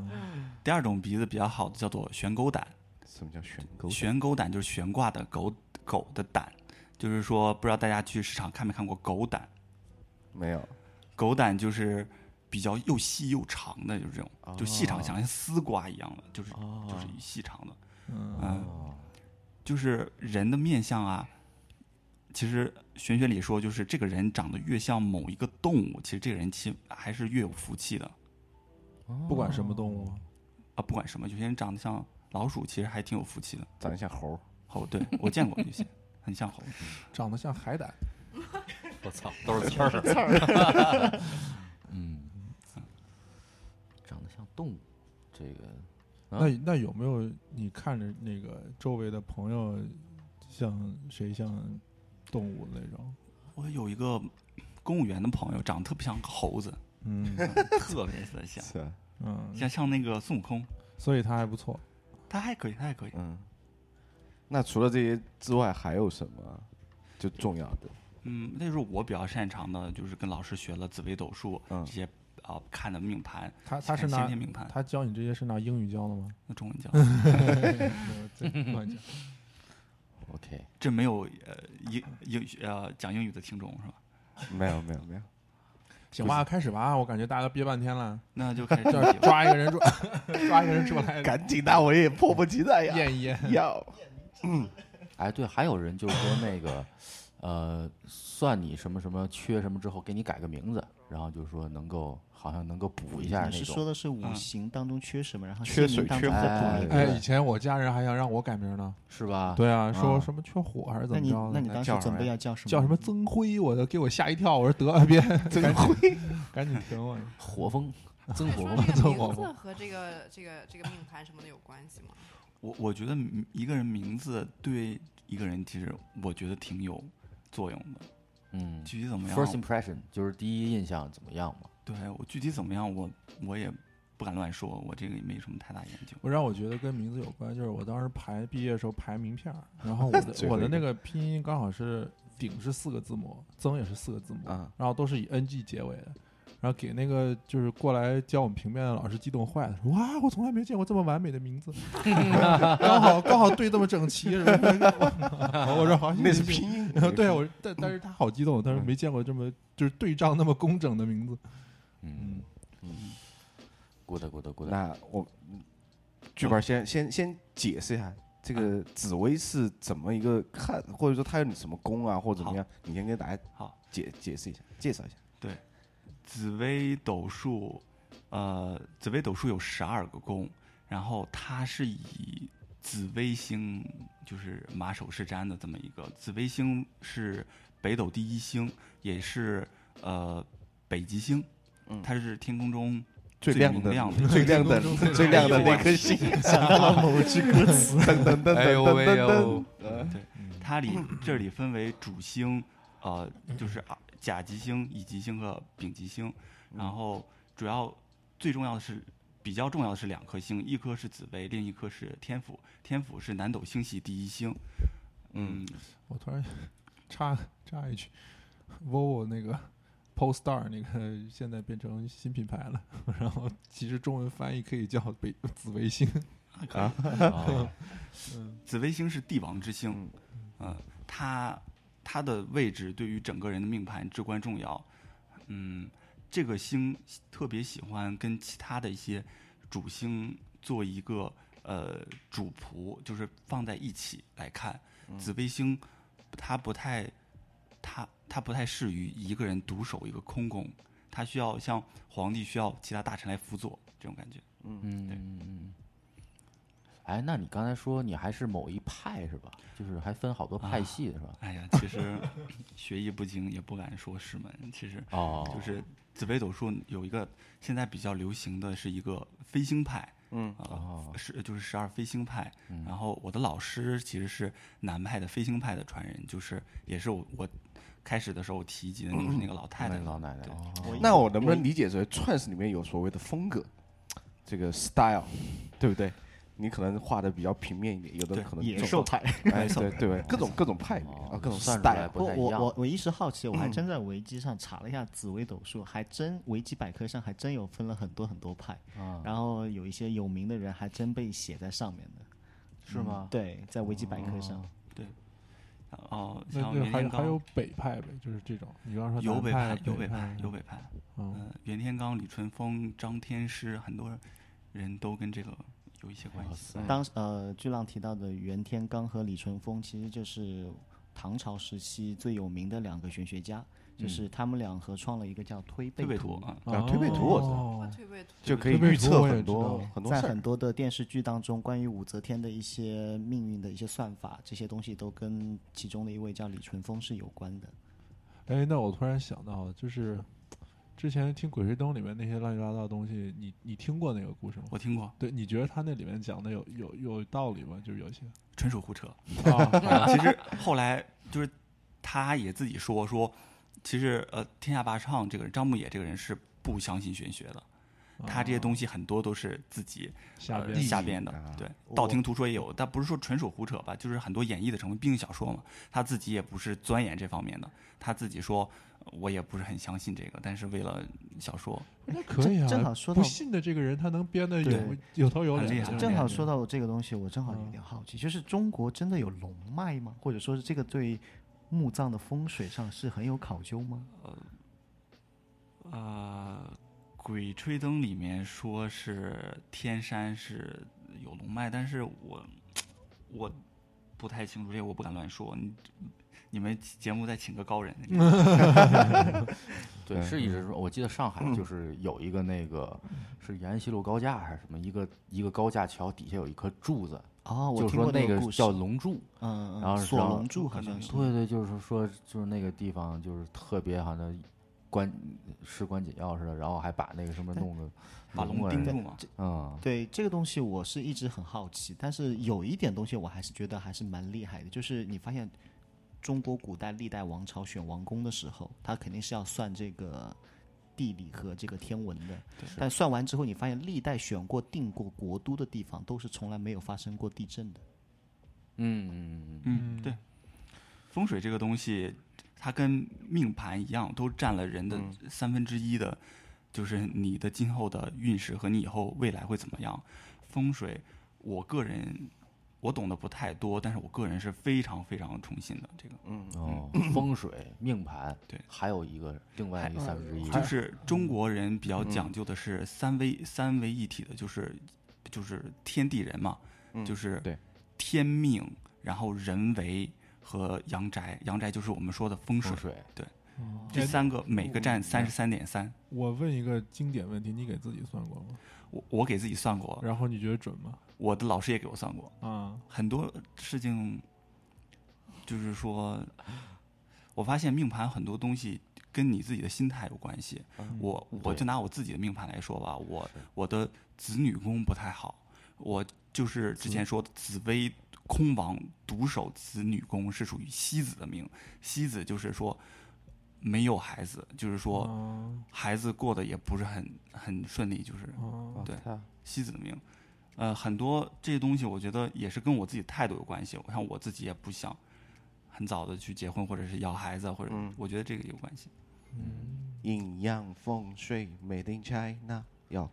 Speaker 5: 第二种鼻子比较好的叫做悬钩胆，
Speaker 2: 什么叫选钩？
Speaker 5: 悬钩胆就是悬挂的狗狗的胆，就是说不知道大家去市场看没看过狗胆，
Speaker 2: 没有
Speaker 5: 狗胆就是比较又细又长的，就是这种，就细
Speaker 2: 哦
Speaker 3: 哦
Speaker 5: 长，像像丝瓜一样的，就是就是细长的，
Speaker 3: 嗯，
Speaker 2: 哦
Speaker 5: 嗯，就是人的面相啊。其实玄学里说，就是这个人长得越像某一个动物，其实这个人其实还是越有福气的。
Speaker 3: 不管什么动物，
Speaker 5: 啊，不管什么，有些人长得像老鼠，其实还挺有福气的。
Speaker 2: 长得像猴儿，
Speaker 5: 猴，对我见过有些 很像猴。
Speaker 3: 长得像海胆，
Speaker 8: 我操，都是刺儿， 刺儿。 嗯，长得像动物，这个啊
Speaker 3: 那那有没有你看着那个周围的朋友像谁像动物的那种？
Speaker 5: 我有一个公务员的朋友长得特别像猴子，
Speaker 3: 嗯
Speaker 5: 特别特别像，
Speaker 2: 是啊，
Speaker 3: 嗯，
Speaker 5: 像像那个孙悟空，
Speaker 3: 所以他还不错。
Speaker 5: 他还可以，他还可以。
Speaker 2: 嗯。那除了这些之外，还有什么就重要 的？
Speaker 5: 嗯，那就是我比较擅长的，就是跟老师学了紫微斗数、
Speaker 2: 嗯
Speaker 5: 这些啊、看的命盘，
Speaker 3: 他他是
Speaker 5: 看先
Speaker 3: 拿
Speaker 5: 天命盘，
Speaker 3: 他教你这些是拿英语教的 吗？
Speaker 5: 那中文讲，
Speaker 3: 这乱讲
Speaker 8: OK，
Speaker 5: 这没有呃英英呃讲英语的听众是吧？
Speaker 2: 没有，没有，没有。
Speaker 3: 行吧，开始吧，我感觉大家都憋半天了，
Speaker 5: 那就开始
Speaker 3: 这儿抓一个人出， 抓一个人出来
Speaker 2: 赶紧的，我也迫不及待呀！
Speaker 3: 验一验。
Speaker 2: 要
Speaker 8: 哎对，还有人就说那个，呃，算你什么什么缺什么之后，给你改个名字，然后就说能够好像能够补一下
Speaker 6: 你
Speaker 8: 那
Speaker 6: 是
Speaker 8: 种
Speaker 6: 说。的是五行当中缺什么，然后
Speaker 2: 缺
Speaker 6: 姓
Speaker 2: 水
Speaker 6: 名当
Speaker 2: 缺
Speaker 6: 中再
Speaker 8: 火
Speaker 6: 补一个。
Speaker 3: 哎，以前我家人还想让我改名呢，
Speaker 8: 是吧？
Speaker 3: 对啊，
Speaker 8: 嗯
Speaker 3: 说什么缺火还是怎
Speaker 6: 那
Speaker 3: 么
Speaker 6: 你
Speaker 3: 着的，
Speaker 6: 那你当时
Speaker 8: 哎叫什
Speaker 6: 准
Speaker 8: 么
Speaker 6: 备
Speaker 8: 呀
Speaker 6: 要叫什么？
Speaker 3: 叫什么？曾辉，我都给我吓一跳，我说得别曾辉，赶紧停我。
Speaker 8: 火风，
Speaker 7: 所
Speaker 8: 曾
Speaker 7: 以
Speaker 8: 火
Speaker 7: 说
Speaker 8: 风，
Speaker 7: 这
Speaker 3: 曾
Speaker 7: 个
Speaker 3: 火
Speaker 7: 名
Speaker 3: 凤
Speaker 7: 字和这个这个这个命盘什么的有关系吗？
Speaker 5: 我我觉得名一个人名字对一个人，其实我觉得挺有作用的。
Speaker 8: 嗯
Speaker 5: 具体怎么样，
Speaker 8: ，first impression 就是第一印象怎么样嘛？
Speaker 5: 对我具体怎么样，我我也不敢乱说，我这个也没什么太大研究。
Speaker 3: 我让我觉得跟名字有关，就是我当时排毕业的时候排名片儿，然后我的
Speaker 2: 最
Speaker 3: 我
Speaker 2: 后
Speaker 3: 的
Speaker 2: 一
Speaker 3: 那
Speaker 2: 个
Speaker 3: 个拼音刚好是鼎是四个字母，曾也是四个字母，
Speaker 2: 啊，
Speaker 3: 然后都是以 ng 结尾的，然后给那个就是过来教我们平面的老师激动坏了，说哇，我从来没见过这么完美的名字， 刚好刚好对这么整齐，然后 我说好，
Speaker 2: 那是
Speaker 3: 谢谢。
Speaker 2: 拼音
Speaker 3: 对，我但但是他好激动，他说没见过这么就是对仗那么工整的名字，
Speaker 8: 嗯嗯，good good good。
Speaker 2: 那我剧本先先先解释一下，这个紫薇是怎么一个看，或者说它有什么功啊，或者怎么样？你先跟大家
Speaker 5: 好
Speaker 2: 解解释一下，介绍一下。
Speaker 5: 紫微斗数，呃，紫微斗数有十二个宫，然后它是以紫微星就是马首是瞻的这么一个，紫微星是北斗第一星，也是呃北极星，
Speaker 2: 嗯
Speaker 5: 它是天空中
Speaker 2: 最
Speaker 5: 最
Speaker 2: 亮
Speaker 5: 明
Speaker 2: 的、
Speaker 5: 亮的
Speaker 2: 最亮的、 最亮
Speaker 5: 哎
Speaker 2: 的那颗星，
Speaker 6: 想到了某句歌词。
Speaker 2: 噔噔噔
Speaker 8: 哎呦
Speaker 2: 噔
Speaker 8: 喂
Speaker 2: 噔噔
Speaker 8: 呦，
Speaker 5: 对，它里这里分为主星，呃，就是啊甲级星、乙级星和丙级星，然后主要最重要的是比较重要的是两颗星，一颗是紫薇，另一颗是天府，天府是南斗星系第一星。嗯，
Speaker 3: 我突然插插一句，vivo 那个 Polestar 那个现在变成新品牌了，然后其实中文翻译可以叫北紫微星。
Speaker 2: 啊
Speaker 3: 嗯
Speaker 8: 哦
Speaker 5: 紫微星是帝王之星，嗯，它它的位置对于整个人的命盘至关重要。嗯，这个星特别喜欢跟其他的一些主星做一个呃主仆，就是放在一起来看。紫微星它不太它它不太适于一个人独守一个空宫，它需要像皇帝需要其他大臣来辅佐这种感觉。
Speaker 8: 嗯嗯嗯。哎，那你刚才说你还是某一派是吧？就是还分好多派系是吧？
Speaker 5: 哎呀，其 实学艺不精也不敢说师门，其实
Speaker 8: 哦，
Speaker 5: 就是紫微斗数有一个现在比较流行的是一个飞星派，
Speaker 2: 嗯
Speaker 5: 啊、
Speaker 8: 哦
Speaker 5: 是就是十二飞星派。
Speaker 8: 嗯
Speaker 5: 然后我的老师其实是南派的飞星派的传人，就是也是我我开始的时候我提及的就是那个老太
Speaker 8: 那
Speaker 5: 太，
Speaker 8: 老奶奶
Speaker 5: 对
Speaker 8: 哦
Speaker 2: 那我能不能理解为 trance 里面有所谓的风格，这个 style，对不对？你可能画的比较平面一点，有的
Speaker 5: 对
Speaker 2: 可能
Speaker 6: 野
Speaker 2: 重
Speaker 6: 兽派，
Speaker 8: 嗯
Speaker 2: 哎，对对对，各种各种派别啊，各种
Speaker 8: 算出来
Speaker 2: style，
Speaker 8: 不
Speaker 6: 我
Speaker 8: 太一
Speaker 6: 我
Speaker 8: 样嗯
Speaker 6: 我。我一时好奇，我还真在维基上查了一下紫微斗数，还真维基百科上还真有分了很多很多派，
Speaker 8: 啊
Speaker 6: 然后有一些有名的人还真被写在上面的。
Speaker 8: 是吗？
Speaker 6: 对，在维基百科上，
Speaker 5: 哦，
Speaker 3: 那
Speaker 5: 像
Speaker 3: 就
Speaker 5: 袁
Speaker 3: 还
Speaker 5: 天
Speaker 3: 还有
Speaker 5: 罡，
Speaker 3: 北派呗，就是这种。你刚刚说
Speaker 5: 有
Speaker 3: 南
Speaker 5: 北
Speaker 3: 派、
Speaker 5: 有
Speaker 3: 北
Speaker 5: 北派，有北派，
Speaker 3: 嗯，
Speaker 5: 嗯，袁天罡、李淳风、张天师，很多人都跟这个有一些关
Speaker 8: 哇
Speaker 5: 系。嗯
Speaker 8: 塞
Speaker 6: 当时呃巨浪提到的袁天罡和李淳风，其实就是唐朝时期最有名的两个玄学家，
Speaker 8: 嗯
Speaker 6: 就是他们俩合创了一个叫推背
Speaker 5: 推背
Speaker 6: 图
Speaker 5: 图。啊，
Speaker 2: 啊推背图我知道
Speaker 3: 嗯哦
Speaker 7: 推背图
Speaker 2: 就可以
Speaker 3: 推背
Speaker 2: 预
Speaker 3: 图
Speaker 2: 测
Speaker 3: 我也
Speaker 2: 很多
Speaker 3: 知道
Speaker 2: 很多
Speaker 6: 在
Speaker 2: 事儿
Speaker 6: 很。多的电视剧当中，关于武则天的一些命运的一些算法，这些东西都跟其中的一位叫李淳风是有关的。
Speaker 3: 哎，那我突然想到，就是之前听《鬼吹灯》里面那些乱七八糟的东西，你你听过那个故事吗？
Speaker 5: 我听过，
Speaker 3: 对，你觉得他那里面讲的有有有道理吗？就是有些
Speaker 5: 纯属胡扯。
Speaker 3: 啊，
Speaker 5: 其实后来就是他也自己说说，其实呃，天下霸唱这个人，张牧野这个人是不相信玄学的，他
Speaker 3: 啊
Speaker 5: 这些东西很多都是自己
Speaker 3: 下
Speaker 5: 呃
Speaker 3: 边
Speaker 5: 哦瞎编的
Speaker 2: 啊，
Speaker 5: 对，
Speaker 2: 我
Speaker 5: 道听途说也有，但不是说纯属胡扯吧，就是很多演绎的成分，毕竟小说嘛，他自己也不是钻研这方面的，他自己说。呃我也不是很相信这个，但是为了小说，
Speaker 3: 那可以啊。
Speaker 6: 正正好说到
Speaker 3: 不信的这个人，他能编的有
Speaker 6: 对
Speaker 3: 有头有
Speaker 5: 很厉
Speaker 3: 脸，
Speaker 8: 啊
Speaker 3: 啊
Speaker 5: 害
Speaker 6: 正好
Speaker 5: 了
Speaker 6: 说到这个东西，我正好有
Speaker 8: 嗯
Speaker 6: 点好奇，就是中国真的有龙脉吗？或者说是这个对墓葬的风水上是很有考究吗？
Speaker 5: 呃，《鬼吹灯》里面说是天山是有龙脉，但是我我不太清楚这个，我不敢乱说。你你们节目再请个高人，
Speaker 8: 对，是一直说，我记得上海就是有一个那个是延安西路高架还是什么，一个一一个高架桥底下有一棵柱子，
Speaker 6: 哦，我
Speaker 8: 就是
Speaker 6: 听
Speaker 8: 说
Speaker 6: 过
Speaker 8: 那
Speaker 6: 个
Speaker 8: 个
Speaker 6: 故事，
Speaker 8: 叫龙柱，
Speaker 6: 嗯，嗯
Speaker 8: 然后是
Speaker 6: 锁
Speaker 8: 让
Speaker 6: 龙柱
Speaker 5: 不
Speaker 6: 好
Speaker 5: 可能
Speaker 6: 像
Speaker 5: 有
Speaker 6: 是，
Speaker 8: 对对，就是说就是那个地方就是特别好像关事关紧要似的，然后还把那个什么
Speaker 6: 对
Speaker 8: 弄得
Speaker 5: 把龙
Speaker 8: 啊
Speaker 5: 盯
Speaker 8: 什
Speaker 5: 住
Speaker 8: 么，
Speaker 5: 嘛。
Speaker 8: 嗯，
Speaker 6: 对这个东西，我是一直很好奇，但是有一点东西我还是觉得还是蛮厉害的，就是你发现中国古代历代王朝选王宫的时候，他肯定是要算这个地理和这个天文的，但算完之后，你发现历代选过定过国都的地方，都是从来没有发生过地震的。
Speaker 8: 嗯嗯嗯
Speaker 5: 嗯，对，风水这个东西，它跟命盘一样，都占了人的三分之一的，就是你的今后的运势和你以后未来会怎么样。风水，我个人我懂得不太多，但是我个人是非常非常崇信的。这个
Speaker 8: 嗯，哦，风水命盘，
Speaker 5: 对
Speaker 8: 还有一个另外一个三分之一，
Speaker 5: 就是中国人比较讲究的是三位、三位一体的，就是就是天地人嘛，就是
Speaker 8: 对
Speaker 5: 天命，然后人为和阳宅，阳宅就是我们说的风水
Speaker 8: 风。水，
Speaker 5: 这
Speaker 8: 呃
Speaker 3: 哎
Speaker 5: 三个每个
Speaker 8: 嗯
Speaker 5: 占三十三点三，
Speaker 3: 我问一个经典问题，你给自己算过吗？
Speaker 5: 我我给自己算过，
Speaker 3: 然后你觉得准吗？
Speaker 5: 我的老师也给我算过，
Speaker 3: 啊，
Speaker 5: 很多事情，就是说，我发现命盘很多东西跟你自己的心态有关系。我我
Speaker 8: 嗯对
Speaker 5: 就拿我自己的命盘来说吧，我
Speaker 8: 是
Speaker 5: 我的子女宫不太好，我就是之前说的紫薇空亡独守子女宫是属于西子的命，西子就是说没有孩子，就是说。
Speaker 8: 哦
Speaker 3: 啊
Speaker 5: 孩子过得也不是很很顺利，就是
Speaker 3: 啊，
Speaker 5: 对西子的命。呃，很多这些东西，我觉得也是跟我自己态度有关系。我像我自己也不想很早的去结婚，或者是要孩子，或者我觉得这个有关系。
Speaker 3: 嗯
Speaker 2: 阴阳风水，Made in China。哟，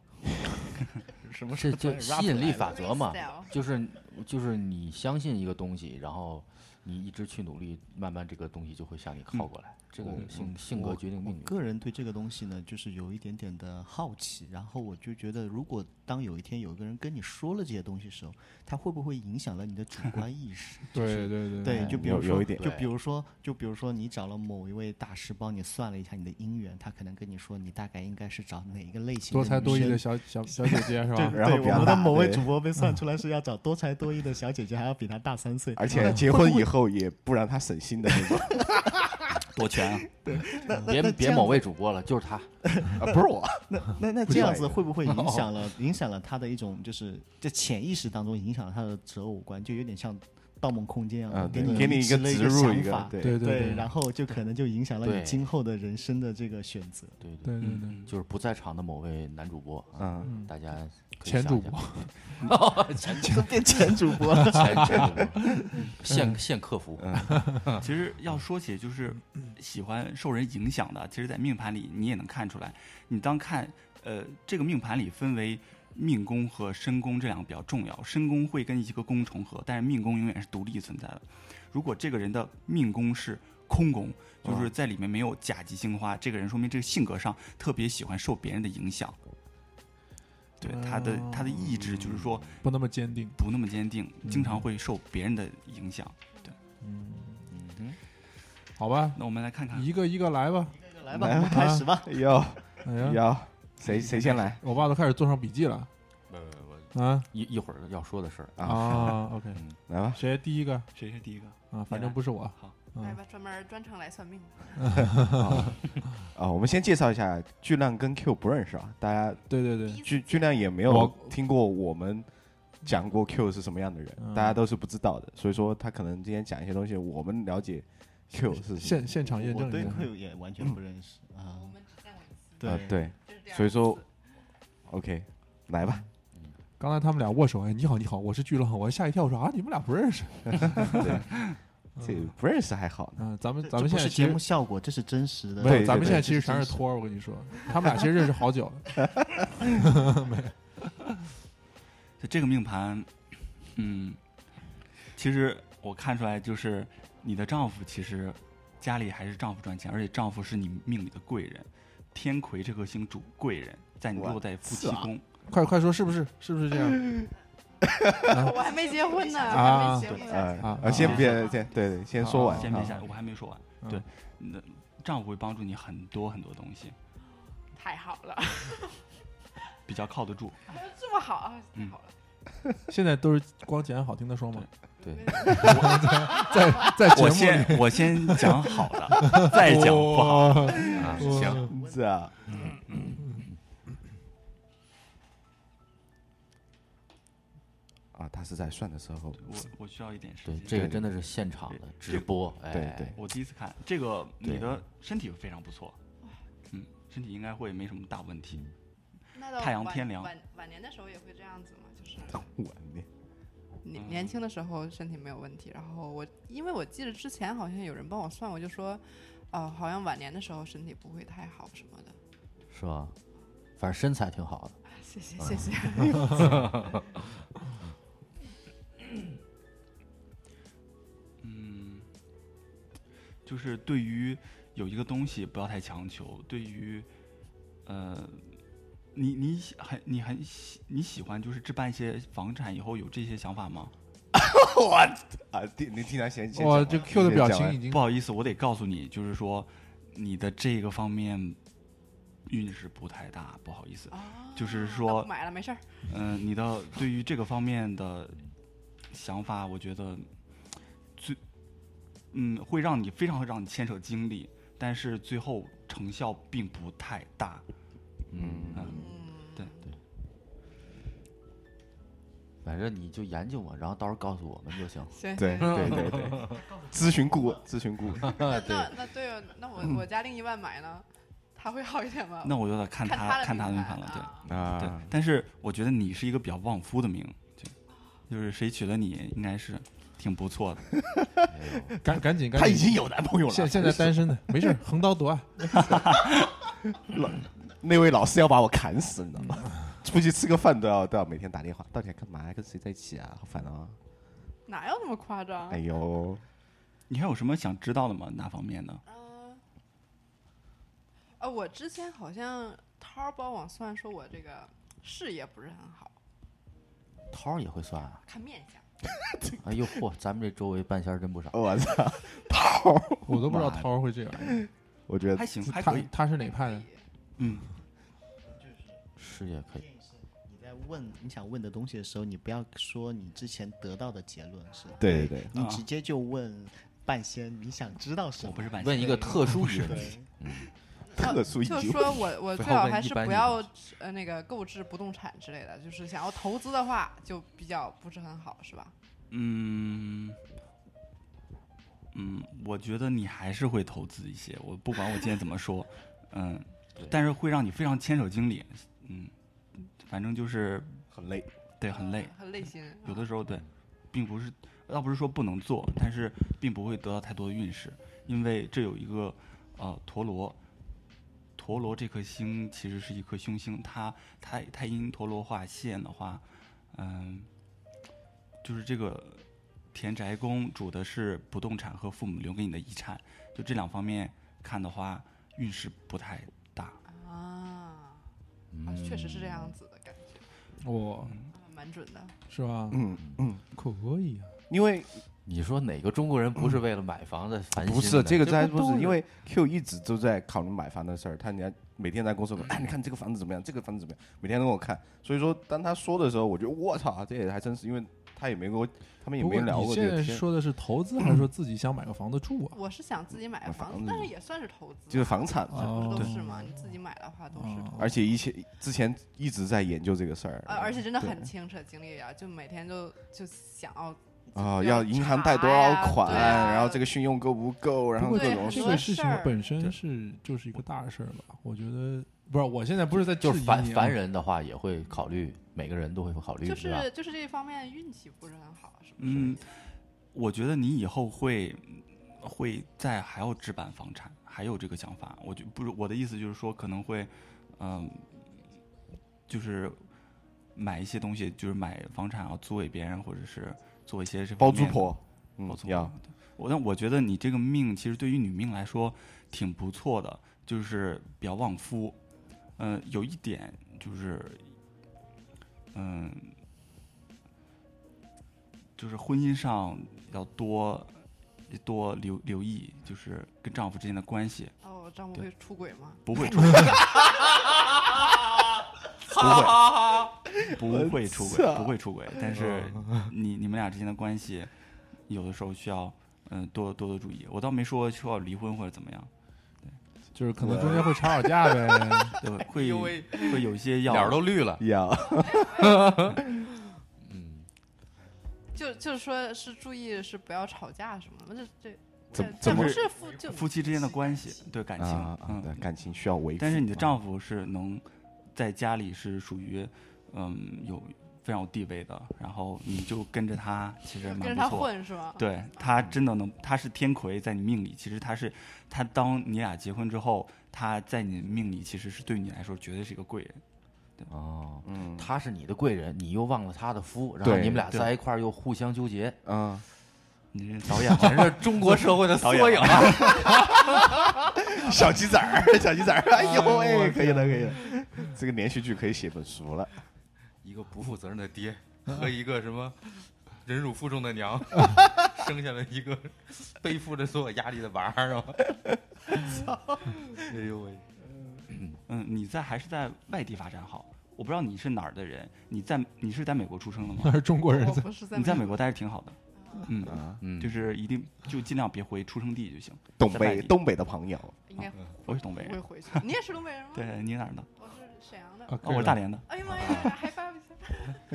Speaker 6: 什么
Speaker 8: 这就吸引力法则嘛
Speaker 7: Freestyle，
Speaker 8: 就是
Speaker 2: 嗯
Speaker 8: 就是你相信一个东西，然后你一直去努力，慢慢这个东西就会向你靠过来。
Speaker 2: 嗯
Speaker 8: 这个性性格决定命运。
Speaker 6: 个人对这个东西呢，就是有一点点的好奇，然后我就觉得，如果当有一天有一个人跟你说了这些东西的时候，他会不会影响了你的主观意识？
Speaker 3: 对对对
Speaker 6: 对，
Speaker 2: 嗯
Speaker 6: 就比
Speaker 2: 有
Speaker 6: 如说，
Speaker 2: 有一点
Speaker 6: 就
Speaker 8: 对
Speaker 6: 比如说，就比如说，你找了某一位大师帮你算了一下你的姻缘，他可能跟你说你大概应该是找哪一个类型
Speaker 3: 多才
Speaker 6: 女
Speaker 3: 多艺
Speaker 6: 生
Speaker 3: 的小小小姐姐是吧？
Speaker 2: 然后
Speaker 6: 对，
Speaker 2: 比
Speaker 6: 我
Speaker 2: 他
Speaker 6: 们的
Speaker 2: 大
Speaker 6: 某位
Speaker 2: 对
Speaker 6: 主播被算出来是要找多才多艺的小姐姐，还要比她大三岁。
Speaker 2: 而且结婚以后也不让他省心的那种，
Speaker 5: 多全啊！
Speaker 8: 别别某位主播了，就是他。
Speaker 2: 啊不是我，
Speaker 6: 那那
Speaker 2: 不哎
Speaker 6: 这样
Speaker 2: 是
Speaker 6: 子会不 会影响了影响了她的一种就是在潜意识当中影响了她的择偶观，就有点像《盗梦空间》啊
Speaker 2: 嗯，，对
Speaker 6: 你
Speaker 2: 给你
Speaker 6: 一
Speaker 2: 一个植入一
Speaker 6: 想
Speaker 2: 个
Speaker 6: 法，，
Speaker 2: 对，
Speaker 3: 对对
Speaker 6: 对，然后就可能就影响了你
Speaker 8: 对
Speaker 6: 今后的人生的这个选择。
Speaker 2: 哎
Speaker 8: 对对，
Speaker 3: 对对对，
Speaker 8: 就是不在场的某位男主播啊，
Speaker 2: 嗯，
Speaker 8: 大家可以
Speaker 3: 前
Speaker 8: 想
Speaker 3: 主
Speaker 8: 一想
Speaker 3: 播，
Speaker 6: 这变前主播了，
Speaker 8: 前前 主播
Speaker 2: 嗯
Speaker 8: 现现客服。
Speaker 5: 其实要说起就是嗯喜欢受人影响的，其实，在命盘里你也能看出来。你当看呃这个命盘里分为命宫和身宫这两个比较重要，身宫会跟一个宫重合，但是命宫永远是独立存在的。如果这个人的命宫是空宫，就是在里面没有甲级星花，这个人说明这个性格上特别喜欢受别人的影响。对他的他的意志就是说
Speaker 3: 不那么坚定。
Speaker 5: 不那么坚定，经常会受别人的影响。
Speaker 3: 好吧，
Speaker 5: 那我们来看看
Speaker 3: 一个一个来吧。啊
Speaker 6: 来吧，我们开始吧。
Speaker 2: 哟
Speaker 3: 哎呀，
Speaker 2: 哟，谁谁先来？
Speaker 3: 我爸都开始做上笔记了啊
Speaker 8: 一一会儿要说的事儿，
Speaker 3: 啊！OK，
Speaker 2: 来吧，
Speaker 3: 谁第一个
Speaker 5: 谁是第一个。
Speaker 3: 啊？反正不是我。嗯
Speaker 5: 嗯
Speaker 7: 来吧，专门儿专程来算命的。
Speaker 2: 啊，我们先介绍一下，巨亮跟 Q 不认识啊，大家
Speaker 3: 对对对，
Speaker 2: 巨巨亮也没有
Speaker 3: 我
Speaker 2: 听过我们讲过 Q 是什么样的人，
Speaker 3: 嗯
Speaker 2: 大家都是不知道的，所以说他可能今天讲一些东西，我们了解 Q 是
Speaker 3: 现现场验证
Speaker 6: 我
Speaker 3: 一
Speaker 6: 对
Speaker 3: 下。
Speaker 6: Q 也完全不认识啊
Speaker 7: 我。
Speaker 3: 嗯
Speaker 5: 嗯
Speaker 7: 们只见过一次，
Speaker 2: 啊
Speaker 6: 对，
Speaker 2: 对
Speaker 7: 这是第二
Speaker 2: 所以说
Speaker 7: 次
Speaker 2: ，OK，来吧，
Speaker 3: 刚才他们俩握手，哎，你好，你好，我是巨浪，我吓一跳，我说啊，你们俩不认识？
Speaker 2: 这个不认识还好呢，
Speaker 3: 嗯，咱们
Speaker 6: 这
Speaker 3: 咱们现
Speaker 6: 这不
Speaker 3: 在
Speaker 6: 是
Speaker 3: 其
Speaker 6: 节
Speaker 3: 实
Speaker 6: 目效果，这是真实的。
Speaker 3: 没有，
Speaker 2: 对
Speaker 3: 咱们
Speaker 2: 对
Speaker 3: 现在
Speaker 6: 对
Speaker 3: 其实全
Speaker 6: 这
Speaker 3: 是
Speaker 6: 是
Speaker 3: 托儿。我跟你说，他们俩其实认识好久了。
Speaker 5: 就这个命盘，嗯，其实我看出来就是你的丈夫其实家里还是丈夫赚钱，而且丈夫是你命里的贵人，天魁这颗星主贵人，在你
Speaker 2: 哇
Speaker 5: 落在夫妻
Speaker 2: 是啊
Speaker 5: 宫，
Speaker 3: 快快说，是不是？是不是这样？
Speaker 7: 我还没结婚呢，
Speaker 3: 啊
Speaker 7: 我还没结婚呢。
Speaker 2: 啊
Speaker 3: 啊
Speaker 2: 啊，先
Speaker 5: 啊
Speaker 2: 别先对对，先说完，
Speaker 5: 先别
Speaker 2: 啊
Speaker 5: 下，我还没说完。
Speaker 3: 嗯
Speaker 5: 对，你的丈夫会帮助你很多很多东西，
Speaker 7: 太好了，
Speaker 5: 比较靠得住。
Speaker 7: 这么好啊，太
Speaker 5: 嗯
Speaker 7: 好了。
Speaker 3: 现在都是光捡好听的说嘛。
Speaker 8: 对
Speaker 7: 没
Speaker 3: 在在节目
Speaker 5: 我
Speaker 3: 里
Speaker 5: 先我先讲好的，再讲不好。
Speaker 3: 好。
Speaker 8: 啊，
Speaker 3: 哇
Speaker 8: 行，
Speaker 2: 是啊，啊，他是在算的时候，
Speaker 5: 我我需要一点时
Speaker 8: 对
Speaker 5: 间。，
Speaker 8: 这个真的是现场的直播，哎，
Speaker 2: 对对
Speaker 5: 我第一次看这个，
Speaker 2: 对
Speaker 5: 你的身体非常不错，嗯，身体应该会没什么大问题。
Speaker 7: 那到
Speaker 5: 太阳
Speaker 7: 晚
Speaker 5: 偏凉
Speaker 7: 晚晚年的时候也会这样子吗？ 就是
Speaker 2: 我你
Speaker 7: 年
Speaker 5: 嗯
Speaker 7: 年轻的时候身体没有问题，然后我因为我记得之前好像有人帮我算过，就说，哦、好像晚年的时候身体不会太好什么的。
Speaker 8: 是吧？反正身材挺好的。
Speaker 7: 啊谢谢谢谢，
Speaker 5: 啊 嗯，就是对于有一个东西不要太强求，对于呃，你你喜很你很喜你喜欢就是置办一些房产以后有这些想法吗？
Speaker 2: 啊，听你听他先先
Speaker 3: 哇，
Speaker 2: 讲
Speaker 3: 这
Speaker 2: 完
Speaker 3: Q 的
Speaker 2: 先
Speaker 3: 表
Speaker 2: 讲
Speaker 3: 情
Speaker 2: 完
Speaker 3: 已经
Speaker 5: 不好意思，我得告诉你，就是说你的这个方面运势不太大，不好意思。
Speaker 7: 啊
Speaker 5: 就是
Speaker 7: 那
Speaker 5: 说
Speaker 7: 不买了没事儿，
Speaker 5: 嗯、你的对于这个方面的想法，我觉得最嗯会让你非常让你牵扯精力，但是最后成效并不太大。
Speaker 8: 嗯，
Speaker 7: 嗯，
Speaker 5: 对
Speaker 8: 反正你就研究嘛，然后到时候告诉我们就行。
Speaker 7: 行
Speaker 2: 对
Speaker 7: 行
Speaker 2: 对对对，咨询顾问，咨询顾问，
Speaker 7: 那那那对啊，那我我家另一半买呢，他会好一点吗？
Speaker 5: 嗯那我有点看他看
Speaker 7: 看
Speaker 5: 他的命
Speaker 7: 命
Speaker 5: 盘了，对、
Speaker 7: 啊
Speaker 5: 对
Speaker 2: 啊。
Speaker 5: 但是我觉得你是一个比较旺夫的命，就就是谁娶了你，应该是挺不错的。
Speaker 3: 赶赶紧赶
Speaker 2: 她已
Speaker 3: 紧，
Speaker 2: 经有男朋友了，
Speaker 3: 现现在单身的没事儿，横刀夺爱。
Speaker 2: 那位老师要把我砍死，你知道吗？出去吃个饭都要都要每天打电话，到底还干嘛呀？跟谁在一起啊？好烦啊！
Speaker 7: 哪有那么夸张？
Speaker 2: 哎呦，
Speaker 5: 你还有什么想知道的吗？哪方面的？
Speaker 7: 嗯，呃，我之前好像涛儿帮我算说我这个事业不是很好，
Speaker 8: 涛儿也会算啊！
Speaker 7: 看面相。
Speaker 8: 哎呦嚯，咱们这周围半仙儿真不少。
Speaker 2: 哦我 操！
Speaker 3: 我都不知道涛儿会这样，
Speaker 2: 嗯我觉得
Speaker 5: 还行，还
Speaker 3: 他
Speaker 5: 可以。
Speaker 3: 他是哪派的？
Speaker 5: 嗯，
Speaker 8: 是也可以，
Speaker 6: 你在问你想问的东西的时候，你不要说你之前得到的结论是，
Speaker 2: 对对对，
Speaker 6: 你
Speaker 5: 啊
Speaker 6: 直接就问半仙你想知道什
Speaker 5: 我
Speaker 6: 么
Speaker 5: 不。是半仙
Speaker 8: 问一个特殊
Speaker 6: 对
Speaker 8: 人，
Speaker 2: 特殊
Speaker 7: 就
Speaker 2: 疑
Speaker 7: 是
Speaker 2: 问
Speaker 7: 说我我
Speaker 8: 不
Speaker 7: 最
Speaker 8: 要
Speaker 7: 好
Speaker 8: 问
Speaker 7: 还
Speaker 8: 一
Speaker 7: 是
Speaker 8: 般
Speaker 7: 不
Speaker 8: 女
Speaker 7: 要呃那个购置不动产之类的，就是想要投资的话就比较不是很好，是吧？
Speaker 5: 嗯，嗯，我觉得你还是会投资一些。我不管我今天怎么说，嗯，但是会让你非常牵扯精力。嗯，反正就是
Speaker 2: 很累，
Speaker 5: 对很累
Speaker 7: 嗯，很累心。
Speaker 5: 有的时候对，并不是倒不是说不能做，但是并不会得到太多的运势，因为这有一个呃陀螺。陀螺这颗星其实是一颗凶星，它它它因陀螺化线的话，嗯，就是这个田宅宫主的是不动产和父母留给你的遗产，就这两方面看的话，运势不太大。
Speaker 7: 啊啊，确实是这样子的感觉，
Speaker 3: 我
Speaker 7: 啊蛮准的。
Speaker 3: 是吧？
Speaker 2: 嗯嗯，
Speaker 3: 可以啊，
Speaker 2: 因为
Speaker 8: 你说哪个中国人不是为了买房子烦心
Speaker 2: 不
Speaker 8: 的？
Speaker 2: 是这个，真
Speaker 8: 都
Speaker 2: 不是，因为 Q 一直都在考虑买房的事儿，他人家每天在跟我说，哎，你看这个房子怎么样，这个房子怎么样，每天都给我看。所以说，当他说的时候，我觉得我操，这也还真是，因为他也没跟我，他们也
Speaker 3: 不
Speaker 2: 没
Speaker 3: 过
Speaker 2: 聊
Speaker 3: 你
Speaker 2: 过
Speaker 3: 现
Speaker 2: 这
Speaker 3: 在
Speaker 2: 个天，
Speaker 3: 说的是投资，还是说自己想买个房子住啊？
Speaker 7: 我是想自己买个
Speaker 2: 买
Speaker 7: 房
Speaker 2: 房
Speaker 7: 子
Speaker 2: 子，
Speaker 7: 但是
Speaker 2: 就
Speaker 7: 也算是投资，
Speaker 2: 就是房产
Speaker 7: 这
Speaker 2: 嘛。
Speaker 7: 不是都
Speaker 3: 对
Speaker 7: 是吗？你自己买的话都是
Speaker 3: 哦
Speaker 7: 投资。
Speaker 2: 而且以前之前一直在研究这个事儿
Speaker 7: 呃，而且真的
Speaker 2: 对
Speaker 7: 很牵扯精力啊，就每天就就想要
Speaker 2: 啊，
Speaker 7: 要
Speaker 2: 要银行贷多
Speaker 7: 查
Speaker 2: 少
Speaker 7: 呀
Speaker 2: 款，
Speaker 7: 对啊
Speaker 2: 然后这个信用够不够，然后
Speaker 3: 不过
Speaker 2: 各
Speaker 7: 对
Speaker 2: 种
Speaker 7: 很
Speaker 3: 这
Speaker 7: 多
Speaker 3: 个事情
Speaker 7: 事儿
Speaker 3: 本身是就是一个大事儿吧？我觉得不是，我现在不是在
Speaker 8: 就
Speaker 3: 质
Speaker 8: 是
Speaker 3: 疑
Speaker 8: 凡
Speaker 3: 你啊
Speaker 8: 凡人的话也会考虑，每个人都会考虑，
Speaker 7: 就
Speaker 8: 对吧？
Speaker 7: 是就是这方面运气不是很好，是不是？
Speaker 5: 嗯，我觉得你以后会会再还要置办房产，还有这个想法。我就不是我的意思，就是说可能会，嗯、就是买一些东西，就是买房产啊，租给别人，或者是做一些这
Speaker 2: 包
Speaker 5: 方
Speaker 2: 租
Speaker 5: 面的
Speaker 2: 婆，嗯
Speaker 5: 包租，
Speaker 2: 要
Speaker 5: 婆。对我但我觉得你这个命其实对于女命来说挺不错的，就是比较旺夫。嗯、有一点就是，嗯、就是婚姻上要多多留留意，就是跟丈夫之间的关系
Speaker 7: 哦，丈夫
Speaker 5: 对
Speaker 7: 会出轨吗？
Speaker 5: 不会出轨不会， 不会出轨，不会出轨。但是你你们俩之间的关系，有的时候需要嗯多多多注意。我倒没说需要离婚或者怎么样，
Speaker 3: 就是可能中间会吵吵架呗。
Speaker 5: 对吧会会有一些要
Speaker 8: 脸儿都绿了，
Speaker 2: 要，
Speaker 7: 就就是说是注意是不要吵架什么的，这这
Speaker 2: 怎怎
Speaker 7: 这这
Speaker 2: 么
Speaker 7: 不是夫就
Speaker 5: 夫妻之间的关系，对感情，
Speaker 2: 啊啊，对
Speaker 5: 嗯。
Speaker 2: 感情需要维护。
Speaker 5: 但是你的
Speaker 2: 啊
Speaker 5: 丈夫是能在家里是属于嗯有非常有地位的，然后你就跟着他，其实
Speaker 7: 就
Speaker 5: 蛮不
Speaker 7: 跟着
Speaker 5: 错。
Speaker 7: 他混是吗？
Speaker 5: 对他真的能，他是天魁在你命里，其实他是他当你俩结婚之后，他在你命里其实是对你来说绝对是一个贵人。
Speaker 8: 哦，
Speaker 2: 嗯
Speaker 8: 他是你的贵人，你又忘了他的夫，然后
Speaker 2: 对
Speaker 8: 你们俩
Speaker 5: 对
Speaker 8: 在一块儿又互相纠结，
Speaker 2: 嗯，
Speaker 5: 你这导演
Speaker 8: 简 直是中国社会的缩
Speaker 5: 导演
Speaker 8: 影啊！
Speaker 2: 小鸡仔 儿，小鸡仔儿，哎呦
Speaker 3: 哎呦我
Speaker 2: 喂，可以了，可以了，这个连续剧可以写本书了。
Speaker 9: 一个不负责任的 爹和一个什么忍辱负重的娘，生下了一个背负着所有压力的娃 儿啊！哎呦喂！
Speaker 5: 嗯，你在还是在外地发展好？我不知道你是哪儿的人，你在你是在美国出生的
Speaker 3: 那
Speaker 5: 吗？
Speaker 3: 是中国人
Speaker 2: 哦
Speaker 7: 我
Speaker 3: 在
Speaker 7: 不是 在
Speaker 5: 你在美国待着挺好的，嗯，
Speaker 8: 嗯，
Speaker 5: 就是一定就尽量别回出生地就行。
Speaker 2: 东
Speaker 5: 在外
Speaker 2: 北，
Speaker 5: 地
Speaker 2: 东北的朋友，
Speaker 7: 应该
Speaker 5: 我是东北
Speaker 7: 不会
Speaker 5: 人，
Speaker 7: 回去。你也是东北人吗？，
Speaker 5: 对你哪儿的？
Speaker 7: 我是沈阳的。
Speaker 3: 啊，
Speaker 5: 哦，我是大连的。
Speaker 7: 哎呀妈呀，还 掰不起来！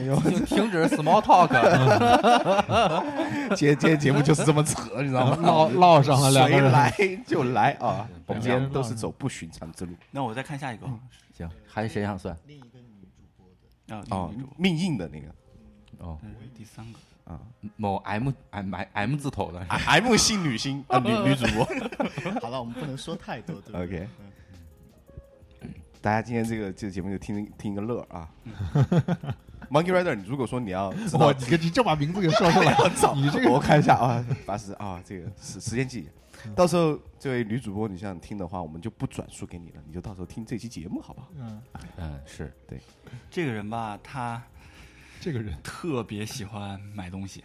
Speaker 8: 就停止 small talk，
Speaker 2: 节节节目就是这么扯，你知道吗？
Speaker 3: 唠 唠上了啊两个
Speaker 2: 谁
Speaker 3: 人。嗯
Speaker 2: 来就来啊！我们今天
Speaker 3: 人
Speaker 2: 都
Speaker 3: 唠
Speaker 2: 是
Speaker 3: 上
Speaker 2: 走不寻常之路
Speaker 5: 那我再看下一个啊
Speaker 8: 行，还谁想算？
Speaker 6: 另一个女主播的，，
Speaker 5: 啊
Speaker 2: 哦
Speaker 5: 女主播，
Speaker 2: 命硬的那个
Speaker 8: 哦，
Speaker 5: 嗯第三个，
Speaker 8: 某 M M M 字头
Speaker 3: 啊
Speaker 8: 的，
Speaker 2: M 姓女星 啊，女女主播。
Speaker 6: 好了，我们不能说太多，对不对
Speaker 2: OK，大家今天这个这个节目就听听一个乐儿 啊。Monkey Rider，你如果说你要知道
Speaker 3: 哇，你跟你就把名字给说 出来，我操！你这个
Speaker 2: 我看一下啊， 八十啊，这个时时间记忆。到时候这位女主播，你想听的话，我们就不转述给你了，你就到时候听这期节目，好不好？
Speaker 3: 嗯，
Speaker 8: 嗯，是对，
Speaker 5: 这个人吧，他
Speaker 3: 这个人
Speaker 5: 特别喜欢买东西，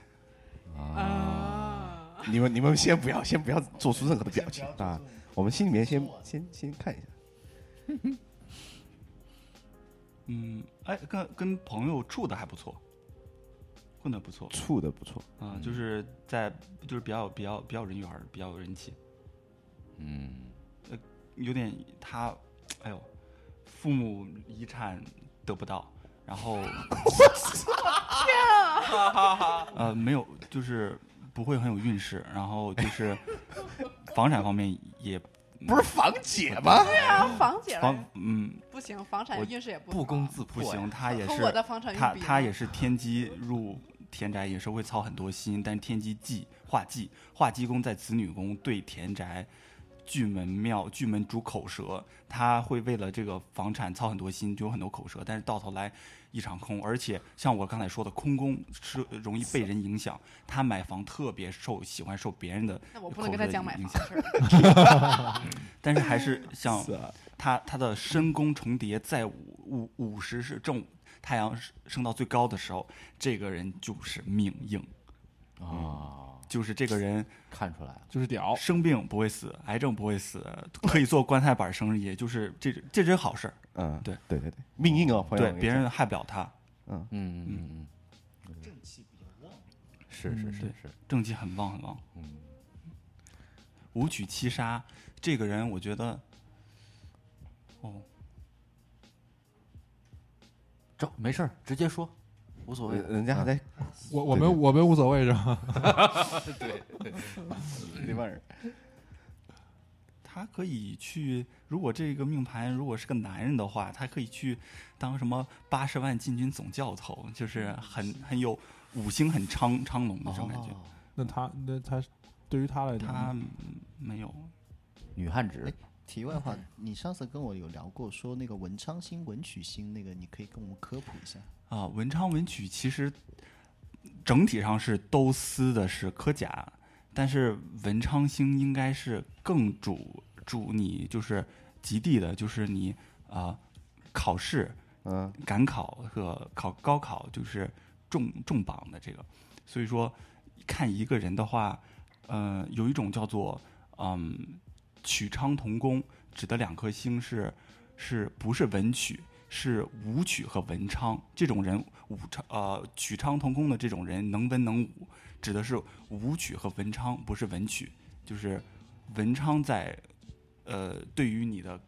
Speaker 7: 啊，
Speaker 2: 你们你们先不要，先不要做出任何的表情啊，我们心里面先先先看一下。
Speaker 5: 嗯，哎，跟跟朋友处的还不错，混的不错
Speaker 2: 处的不错，
Speaker 5: 啊、就是在就是比较比较比较人缘儿，比较有人气，呃
Speaker 8: 嗯，
Speaker 5: 有点他，哎呦，父母遗产得不到，然后， 呃，没有，就是不会很有运势，然后就是房产方面也
Speaker 2: 不是房姐吗？
Speaker 7: 啊，房姐
Speaker 5: 房
Speaker 7: 来
Speaker 5: 嗯
Speaker 7: 不行，房产
Speaker 5: 我
Speaker 7: 运势也不
Speaker 4: 不
Speaker 7: 好啊
Speaker 4: 攻自
Speaker 5: 不
Speaker 4: 破呀，
Speaker 5: 行， 他也
Speaker 7: 和
Speaker 5: 是
Speaker 7: 我的房产
Speaker 5: 他
Speaker 7: 运比呢，
Speaker 5: 他也是天机入田宅，也是会操很多心，但是天机忌化忌，化忌宫在子女宫对田宅。巨门庙，巨门主口舌，他会为了这个房产操很多心，就有很多口舌，但是到头来一场空。而且像我刚才说的，空宫是容易被人影响，他买房特别受喜欢受别人的
Speaker 7: 那我不能跟他讲买房
Speaker 5: 影
Speaker 7: 的
Speaker 5: 响，
Speaker 7: 事儿。
Speaker 5: 但是还是像
Speaker 2: 是啊，
Speaker 5: 他他的申宫重叠在五五五十是正午，太阳是升到最高的时候，这个人就是命硬，
Speaker 8: 哦，
Speaker 5: 就是这个人
Speaker 8: 看出来了，
Speaker 3: 就是屌，
Speaker 5: 生病不会死，癌症不会死，可以做棺材板生意，就是这这真好事儿，
Speaker 2: 嗯，
Speaker 5: 对
Speaker 2: 对对对，命硬哦，朋友
Speaker 5: 对
Speaker 2: 们，
Speaker 5: 别人害不了他，
Speaker 8: 嗯嗯嗯嗯，正气比较旺，是是是
Speaker 5: 对
Speaker 8: 是，
Speaker 5: 正气很旺很旺。
Speaker 8: 嗯，
Speaker 5: 武曲七杀这个人，我觉得，哦，
Speaker 8: 这没事儿，直接说，无所谓
Speaker 2: 呃哎人，人家还在
Speaker 3: 我我
Speaker 2: 对对
Speaker 3: 们我们无所谓是吧？
Speaker 2: 另外人
Speaker 5: 他可以去，如果这个命盘如果是个男人的话，他可以去当什么八十万禁军总教头，就是很很有五星很昌昌隆
Speaker 3: 呃
Speaker 5: 的这种感觉。
Speaker 6: 哦
Speaker 3: 那他那他对于他来讲，
Speaker 5: 他没有，
Speaker 8: 女汉子
Speaker 6: 哎，题外话，你上次跟我有聊过，说那个文昌星、文曲星，那个你可以跟我们科普一下。
Speaker 5: 啊，文昌文曲其实整体上是都司的是科甲，但是文昌星应该是更主主你就是极地的，就是你啊、考试
Speaker 2: 嗯，
Speaker 5: 赶考和考高考就是重重磅的这个，所以说看一个人的话，呃，有一种叫做嗯曲昌同宫，指的两颗星是是不是文曲，是武曲和文昌这种人，武昌呃曲昌同宫的这种人能文能武，指的是武曲和文昌，不是文曲，就是文昌在呃对于你的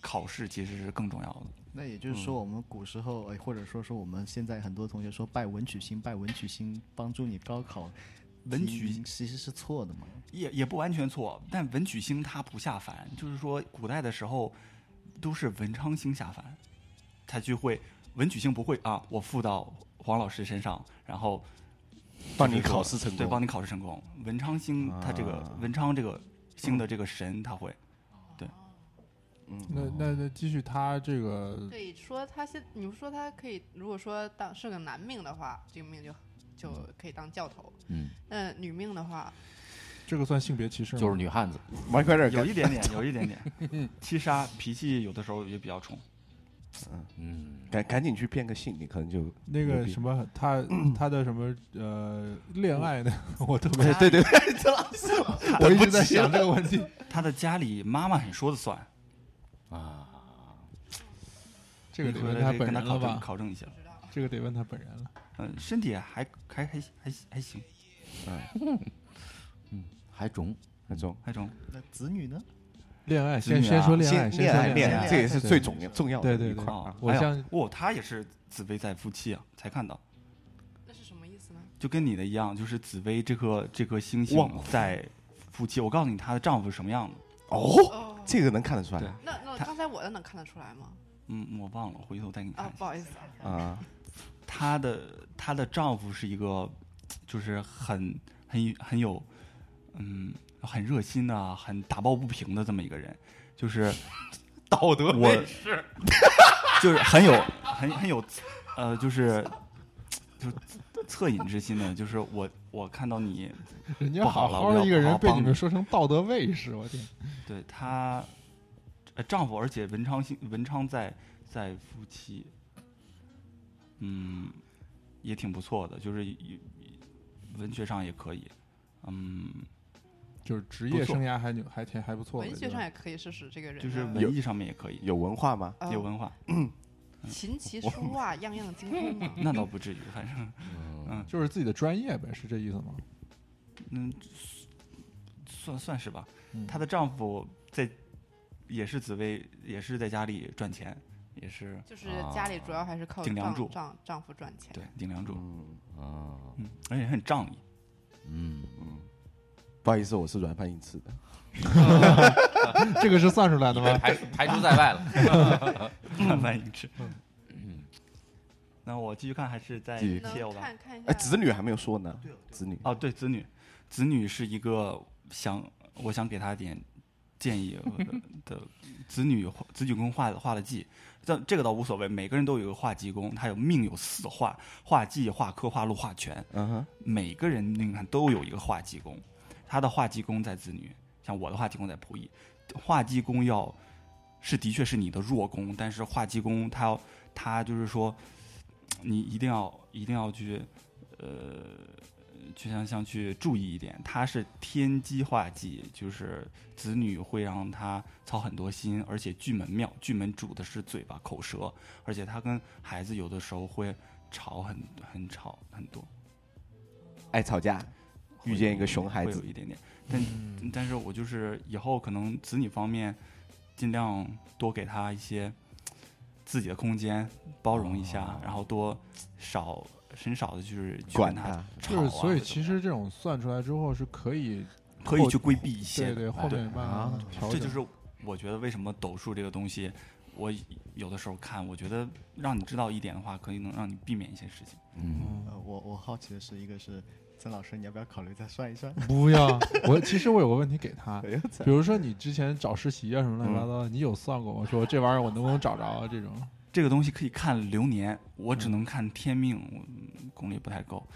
Speaker 5: 考试其实是更重要的。
Speaker 6: 那也就是说，我们古时候，哎，或者说是我们现在很多同学说拜文曲星，拜文曲星帮助你高考，
Speaker 5: 文
Speaker 6: 其
Speaker 5: 曲
Speaker 6: 其实是错的嘛。
Speaker 5: 也也不完全错，但文曲星它不下凡，就是说古代的时候都是文昌星下凡，他就会文曲星不会啊，我附到黄老师身上，然后
Speaker 2: 帮你考试成
Speaker 5: 对
Speaker 2: 功
Speaker 5: 帮你考试成功。文昌星它这个、
Speaker 2: 啊
Speaker 5: 文昌这个星的这个神，他会
Speaker 3: 那那那继续他这个
Speaker 7: 对，说他现你们说他可以，如果说当是个男命的话，这个命就就可以当教头。
Speaker 8: 嗯，
Speaker 7: 那女命的话，
Speaker 3: 这个算性别歧视吗？
Speaker 8: 就是女汉子，
Speaker 2: 玩快
Speaker 3: 嗯
Speaker 2: 点
Speaker 5: 有 一点点，有一点点。七杀脾气有的时候也比较冲，
Speaker 8: 嗯，
Speaker 2: 赶赶紧去变个性，你可能就
Speaker 3: 那
Speaker 2: 牛
Speaker 3: 个
Speaker 2: 逼
Speaker 3: 什么，他他的什么呃恋爱的， 我特别
Speaker 2: 对对，
Speaker 3: 我一直在想这个问题。
Speaker 5: 他的家里妈妈很说了算，
Speaker 3: 这个
Speaker 5: 你
Speaker 3: 得
Speaker 5: 回
Speaker 3: 问
Speaker 5: 来
Speaker 3: 他
Speaker 5: 可以
Speaker 3: 本
Speaker 5: 跟他
Speaker 3: 人了
Speaker 5: 考证
Speaker 3: 吧？
Speaker 5: 考证一下。
Speaker 3: 这个得问他本人了。
Speaker 5: 嗯、身体还还还还还行，
Speaker 8: 还中，
Speaker 2: 那种
Speaker 5: 还中。
Speaker 6: 那子女呢？
Speaker 3: 恋爱
Speaker 2: 子女
Speaker 3: 先
Speaker 2: 啊
Speaker 3: 先说恋爱，
Speaker 2: 先
Speaker 3: 先
Speaker 2: 恋
Speaker 3: 说
Speaker 2: 爱恋
Speaker 3: 爱。
Speaker 2: 爱，这也是
Speaker 3: 对
Speaker 2: 最重要重要的
Speaker 3: 对对
Speaker 2: 一
Speaker 3: 对
Speaker 2: 块儿
Speaker 5: 哦
Speaker 2: 啊，
Speaker 3: 我
Speaker 5: 哎呀
Speaker 3: 相
Speaker 5: 哦，他也是紫薇在夫妻啊，才看到，
Speaker 7: 那是什么意思呢？
Speaker 5: 就跟你的一样，就是紫薇这颗这颗星星
Speaker 2: 旺
Speaker 5: 在夫妻。我告诉你，她的丈夫是什么样的？
Speaker 2: 哦，
Speaker 7: 哦，
Speaker 2: 这个能看得出
Speaker 5: 对
Speaker 2: 来
Speaker 7: 那那
Speaker 5: 他
Speaker 7: 刚才我的能看得出 来吗？
Speaker 5: 嗯，我忘了，回头再给你看
Speaker 7: 啊
Speaker 5: 一，下。
Speaker 7: 不好意思啊，
Speaker 2: 啊，
Speaker 5: 她的她的丈夫是一个，就是很很很有，嗯，很热心的、啊，很打抱不平的这么一个人，就是
Speaker 9: 道德
Speaker 5: 我
Speaker 9: 卫士，
Speaker 5: 就是很有很很有，呃，就是就是恻隐之心的，就是我我看到你
Speaker 3: 人家
Speaker 5: 不好
Speaker 3: 好
Speaker 5: 了
Speaker 3: 好
Speaker 5: 我
Speaker 3: 的一个
Speaker 5: 要好
Speaker 3: 人
Speaker 5: 好
Speaker 3: 被
Speaker 5: 帮
Speaker 3: 你
Speaker 5: 你
Speaker 3: 们说成道德卫士，我天！
Speaker 5: 对她，呃，丈夫，而且文昌星文昌在在夫妻，嗯，也挺不错的，就是也文学上也可以，嗯，
Speaker 3: 就是职
Speaker 5: 不
Speaker 3: 业
Speaker 5: 错
Speaker 3: 生涯还牛还挺还不错的。
Speaker 7: 文学
Speaker 3: 对吧
Speaker 7: 上也可以试试这个人的，
Speaker 5: 就是
Speaker 2: 有
Speaker 5: 文艺上面也可以，
Speaker 2: 有文化吗？
Speaker 7: 呃
Speaker 5: 有文嗯化，
Speaker 7: 琴棋书画样样精通 嘛。
Speaker 5: 那倒不至于，反正
Speaker 3: 就是自己的专业呗，是这意思吗？
Speaker 5: 嗯，算算是吧。
Speaker 3: 嗯
Speaker 5: 她的丈夫在也是紫薇，也是在家里赚钱，也是
Speaker 7: 就是家里主要还是靠
Speaker 5: 啊顶梁柱
Speaker 7: 丈丈丈夫赚钱。
Speaker 5: 对顶梁柱，
Speaker 2: 嗯，
Speaker 8: 啊，
Speaker 5: 嗯，而且很仗义。
Speaker 8: 嗯，
Speaker 2: 不好意思，我是软饭硬吃的，
Speaker 6: 啊
Speaker 3: 这个是算出来的吗？
Speaker 8: 排排除在外了，
Speaker 5: 慢慢一吃。嗯那我继续看还是再
Speaker 2: 继续
Speaker 5: 切我
Speaker 7: 能
Speaker 5: 吧？
Speaker 7: 看看一
Speaker 2: 哎，
Speaker 7: 下
Speaker 2: 子女还没有说呢，
Speaker 6: 啊
Speaker 2: 子女
Speaker 5: 哦，对，子女，子女是一个想，我想给他点建议呃 的子女子女宫化化了忌，但这个倒无所谓，每个人都有一个化忌宫，他有命有四化，化忌、化科、化禄、化权，
Speaker 2: 嗯哼，
Speaker 5: 每个人你看都有一个化忌宫，他的化忌宫在子女，像我的化忌宫在仆役，化忌宫要是的确是你的弱宫，但是化忌宫它要它就是说，你一定要一定要去呃，去像像去注意一点，它是天机化忌，就是子女会让他操很多心，而且巨门庙巨门主的是嘴巴口舌，而且他跟孩子有的时候会吵很很吵很多。
Speaker 2: 爱吵架，遇见一个熊孩
Speaker 5: 会
Speaker 2: 子
Speaker 5: 有一嗯点点，但、但是我就是以后可能子女方面尽量多给他一些自己的空间，包容一下，然后多少很少的就是去
Speaker 2: 管
Speaker 5: 跟他
Speaker 2: 他
Speaker 5: 吵
Speaker 3: 就
Speaker 5: 啊
Speaker 3: 是，所以其实这种算出来之后是可以，
Speaker 5: 可以去规避一些
Speaker 3: 对
Speaker 5: 的，
Speaker 3: 对，后面慢慢
Speaker 2: 啊
Speaker 3: 调
Speaker 5: 这
Speaker 3: 整。
Speaker 5: 就是我觉得为什么抖数这个东西，我有的时候看，我觉得让你知道一点的话，可以能让你避免一些事情。
Speaker 2: 嗯，
Speaker 6: 呃，我我好奇的是，一个是曾老师，你要不要考虑再算一算？
Speaker 3: 不要，我其实我有个问题给他，
Speaker 6: 哎呦，操
Speaker 3: 比如说你之前找实习啊什么乱七八糟的，你有算过吗？说这玩意儿我能不能找着啊？这种
Speaker 5: 这个东西可以看流年，我只能看天命，我嗯功力不太够。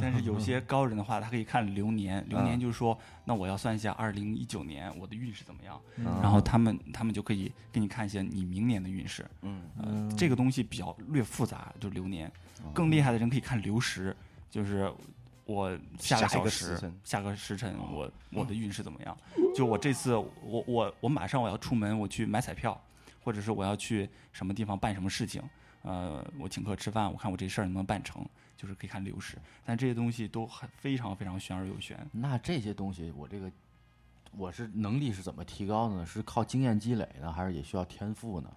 Speaker 5: 但是有些高人的话，他可以看流年，流年就是说，那我要算一下二零一九年我的运势怎么样，
Speaker 2: 嗯
Speaker 5: 然后他们他们就可以给你看一些你明年的运势。
Speaker 8: 嗯，
Speaker 5: 呃，这个东西比较略复杂，就是流年。
Speaker 2: 哦
Speaker 5: 更厉害的人可以看流时，就是我下
Speaker 2: 下一
Speaker 5: 个小
Speaker 2: 个
Speaker 5: 时
Speaker 2: 时辰、哦
Speaker 5: 下个时辰，我我的运势怎么样？就我这次，我我我马上我要出门，我去买彩票，或者是我要去什么地方办什么事情，呃，我请客吃饭，我看我这事儿能不能办成，就是可以看流时。但这些东西都很非常非常玄而又玄。
Speaker 8: 那这些东西我这个我是能力是怎么提高的呢？是靠经验积累呢，还是也需要天赋呢？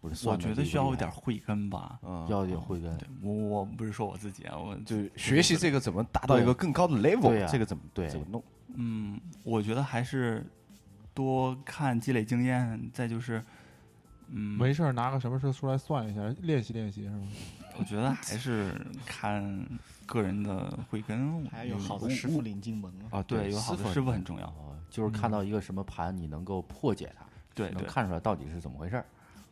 Speaker 8: 不是算
Speaker 5: 我
Speaker 8: 得
Speaker 5: 觉得
Speaker 8: 厉不
Speaker 5: 需要
Speaker 8: 厉
Speaker 5: 一
Speaker 8: 害
Speaker 5: 点慧根吧。
Speaker 2: 嗯
Speaker 8: 要有慧根，
Speaker 5: 对我我不是说我自己啊，我
Speaker 2: 就是学习这个怎么达到一个更高的
Speaker 8: 对
Speaker 2: level，
Speaker 8: 呀
Speaker 2: 这个怎么
Speaker 8: 对
Speaker 2: 怎么弄？
Speaker 5: 嗯，我觉得还是多看积累经验，再就是，嗯，
Speaker 3: 没事儿拿个什么事儿出来算一下，练习练习是吗？
Speaker 5: 我觉得还是看个人的慧根。嗯
Speaker 6: 还有好的师傅领进门啊！
Speaker 8: 啊，
Speaker 5: 对，有好的师傅很重要。
Speaker 8: 哦，就是看到一个什么盘，你能够破解它，
Speaker 5: 对
Speaker 8: 能
Speaker 5: 对，
Speaker 8: 看出来到底是怎么回事儿，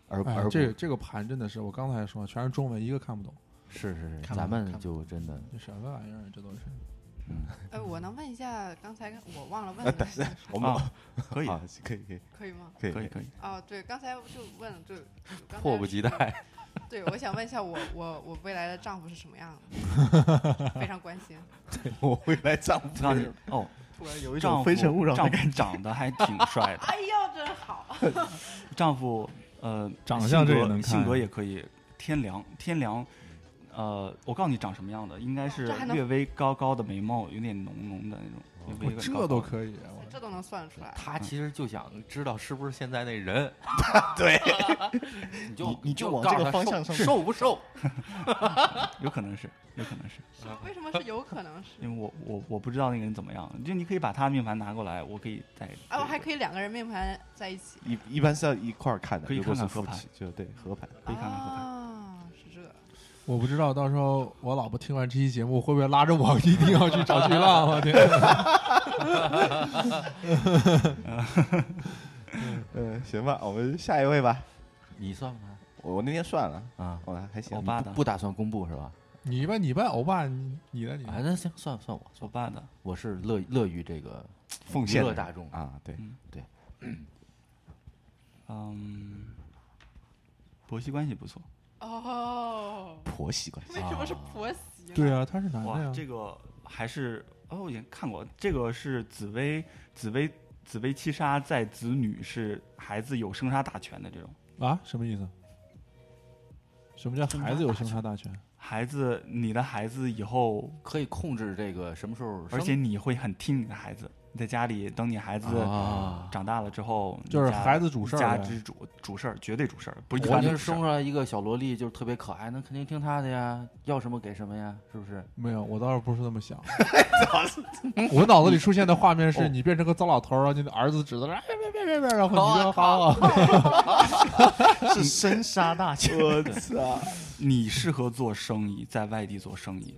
Speaker 8: 而
Speaker 3: 哎
Speaker 8: 而，不
Speaker 3: 这个这个盘真的是，我刚才说全是中文，一个看不懂，
Speaker 8: 是是是，
Speaker 6: 看不
Speaker 8: 咱
Speaker 6: 懂看
Speaker 8: 们
Speaker 6: 不
Speaker 8: 就真的
Speaker 3: 这什么玩意儿？啊这都是
Speaker 7: 呃，我能问一下，刚才我忘
Speaker 5: 哎
Speaker 7: 了问了，
Speaker 2: 我们
Speaker 5: 啊可以
Speaker 2: 啊，可以可以
Speaker 7: 可以吗？
Speaker 2: 可以
Speaker 5: 可以可以。
Speaker 7: 哦，对，刚才就问了，对，刚才
Speaker 9: 迫不及
Speaker 7: 是
Speaker 9: 待。
Speaker 7: 对，我想问一下我我我未来的丈夫是什么样 的，非常关心。
Speaker 2: 我未来丈夫
Speaker 5: 知道你哦，
Speaker 6: 突然有一
Speaker 5: 丈
Speaker 6: 种
Speaker 5: 夫
Speaker 6: 非诚勿扰的
Speaker 5: 丈
Speaker 6: 感
Speaker 5: 夫长得还挺帅的，
Speaker 7: 哎呦，真好！
Speaker 5: 丈夫呃，
Speaker 3: 长相这
Speaker 5: 性
Speaker 3: 也
Speaker 5: 格
Speaker 3: 能
Speaker 5: 性格
Speaker 3: 看啊
Speaker 5: 也可以，天良天良。呃，我告诉你长什么样的，应
Speaker 6: 哦
Speaker 5: 该是
Speaker 7: 这还能
Speaker 5: 略微高高的眉毛，有点浓浓的那种，略微有点高
Speaker 3: 这都
Speaker 5: 高的
Speaker 3: 可以啊，我
Speaker 7: 这都能算得出 来，
Speaker 9: 他其实就想知道是不是现在那人，
Speaker 8: 你
Speaker 6: 你你就往
Speaker 8: 告
Speaker 6: 这
Speaker 8: 诉
Speaker 6: 个
Speaker 8: 他
Speaker 6: 方
Speaker 8: 瘦
Speaker 6: 向上
Speaker 8: 瘦不瘦？
Speaker 5: 有可能是，有可能是。
Speaker 7: 为什么是有可能是？
Speaker 5: 因为我我我不知道那个人怎么样，就你可以把他的命盘拿过来，我可以再
Speaker 7: 哎，我还
Speaker 5: 可
Speaker 7: 可以两个人命盘在一起。
Speaker 2: 一一般是要一块儿看的，
Speaker 5: 可以
Speaker 2: 如果
Speaker 5: 看看
Speaker 2: 是夫
Speaker 5: 合盘
Speaker 2: 妻，就对合盘。
Speaker 5: 以看看合盘。
Speaker 7: 啊，是这个。
Speaker 3: 我不知道到时候我老婆听完这期节目会不会拉着我 一定要去找巨浪？我天！啊
Speaker 2: 嗯，行吧，我们下一位吧。
Speaker 8: 你算不算
Speaker 2: 我我那天算了，
Speaker 8: 啊？
Speaker 2: 我还嗯行
Speaker 5: 我。爸
Speaker 8: 不
Speaker 5: 的，
Speaker 8: 不打算公布是吧？
Speaker 3: 你吧，嗯你吧，欧巴，你你的你
Speaker 8: 哎，那行，算算我，
Speaker 5: 我爸的，
Speaker 8: 我是乐乐于这个
Speaker 2: 奉
Speaker 8: 娱
Speaker 2: 献
Speaker 8: 乐
Speaker 2: 的
Speaker 8: 大众。
Speaker 2: 啊，对，
Speaker 5: 嗯，婆媳关系不错。
Speaker 7: 哦，
Speaker 2: 婆媳关系
Speaker 7: 为什么是婆媳呢？
Speaker 3: 对啊，他是男的
Speaker 5: 哇，
Speaker 3: 呀，
Speaker 5: 这个还是哦，我以前看过，这个是紫薇，紫薇，紫薇七杀在子女是孩子有生杀大权的这种
Speaker 3: 啊，什么意思？什么叫孩子有生杀大权？
Speaker 5: 孩子，你的孩子以后，
Speaker 8: 可以控制这个什么时候生，
Speaker 5: 而且你会很听你的孩子。你在家里等你孩子
Speaker 8: 啊
Speaker 5: 长大了之后，你
Speaker 3: 就是
Speaker 5: 家
Speaker 3: 孩子主事儿
Speaker 5: 家
Speaker 3: 呗
Speaker 5: 之主主事儿，绝对主事儿，不是一
Speaker 8: 我
Speaker 5: 般
Speaker 8: 就
Speaker 5: 的
Speaker 8: 是
Speaker 5: 主事儿
Speaker 8: 生出来一个小萝莉，就是特别可爱，那肯定听她的呀，要什么给什么呀，是不是？
Speaker 3: 没有，我倒是不是那么想。 我脑子里出现的画面
Speaker 5: 哦
Speaker 3: 是你变成个糟老头儿，然后你的儿子指着说哎别别别别别，然后
Speaker 5: 哦
Speaker 3: 你就好好。
Speaker 6: 觉，是生杀大权。
Speaker 5: 你适合做生意，在外地做生意。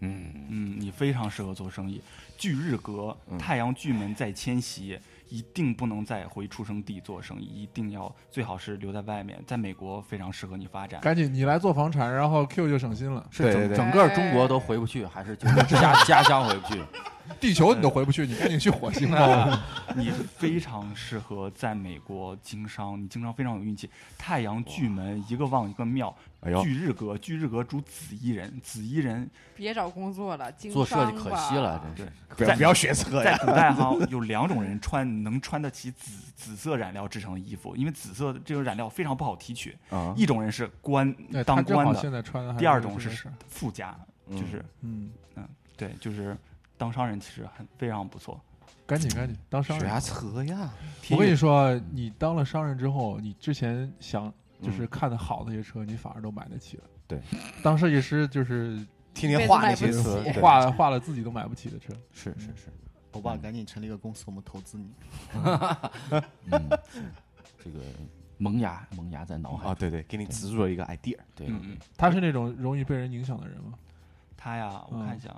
Speaker 5: 嗯嗯，你非常适合做生意。巨日格，太阳巨门在迁徙，一定不能再回出生地做生意，一定要最好是留在外面。在美国非常适合你发 展。
Speaker 3: 赶紧你来做房产，然后 Q 就省心了。
Speaker 8: 是整
Speaker 2: 对
Speaker 8: 整个中国都回不去，还是就是 家家乡回不去？
Speaker 3: 地球你都回不去，你赶紧去火星 吧。
Speaker 5: 你非常适合在美国经商，你经商非常有运气。太阳巨门一个旺一个妙，
Speaker 2: 哎呦
Speaker 5: 巨日格，巨日格主紫衣人，紫衣人
Speaker 7: 别找工作了，经
Speaker 8: 做设计
Speaker 7: 商
Speaker 8: 可
Speaker 7: 吧
Speaker 8: 惜了，。真是。
Speaker 2: 不要不要学车
Speaker 5: 在
Speaker 2: 呀！
Speaker 5: 古代哈，有两种人穿能穿得起紫紫色染料制成的衣服，因为紫色这种染料非常不好提取。
Speaker 2: 啊，
Speaker 5: 一种人是官
Speaker 3: 哎他
Speaker 5: 当
Speaker 3: 正好
Speaker 5: 官
Speaker 3: 现
Speaker 5: 的，
Speaker 3: 在穿的还
Speaker 5: 第二种
Speaker 3: 这个
Speaker 5: 是
Speaker 3: 事儿
Speaker 5: 富家，就是
Speaker 3: 嗯，
Speaker 5: 对，就是当商人其实很非常不错。
Speaker 3: 赶紧赶紧当商
Speaker 2: 学
Speaker 3: 人
Speaker 2: 下。车呀！
Speaker 3: 我跟
Speaker 5: 天
Speaker 3: 你
Speaker 5: 运
Speaker 3: 说，你当了商人之后，你之前想就是看的好那些车，你反而都买得起了。
Speaker 2: 对，
Speaker 3: 当设计师就是
Speaker 2: 天天画那些
Speaker 7: 一辈子买
Speaker 2: 词
Speaker 7: 不起，
Speaker 2: 对
Speaker 3: 画画了自己都买不起的车，
Speaker 2: 是是是，
Speaker 6: 欧巴，赶紧成立一个公司，我们投资你。
Speaker 8: 嗯，这个萌芽萌芽在脑海
Speaker 2: 啊，对对，给你植入了一个 idea，
Speaker 8: 对，
Speaker 5: 嗯嗯，
Speaker 3: 他是那种容易被人影响的人吗？
Speaker 5: 他呀，我
Speaker 3: 嗯
Speaker 5: 看一下，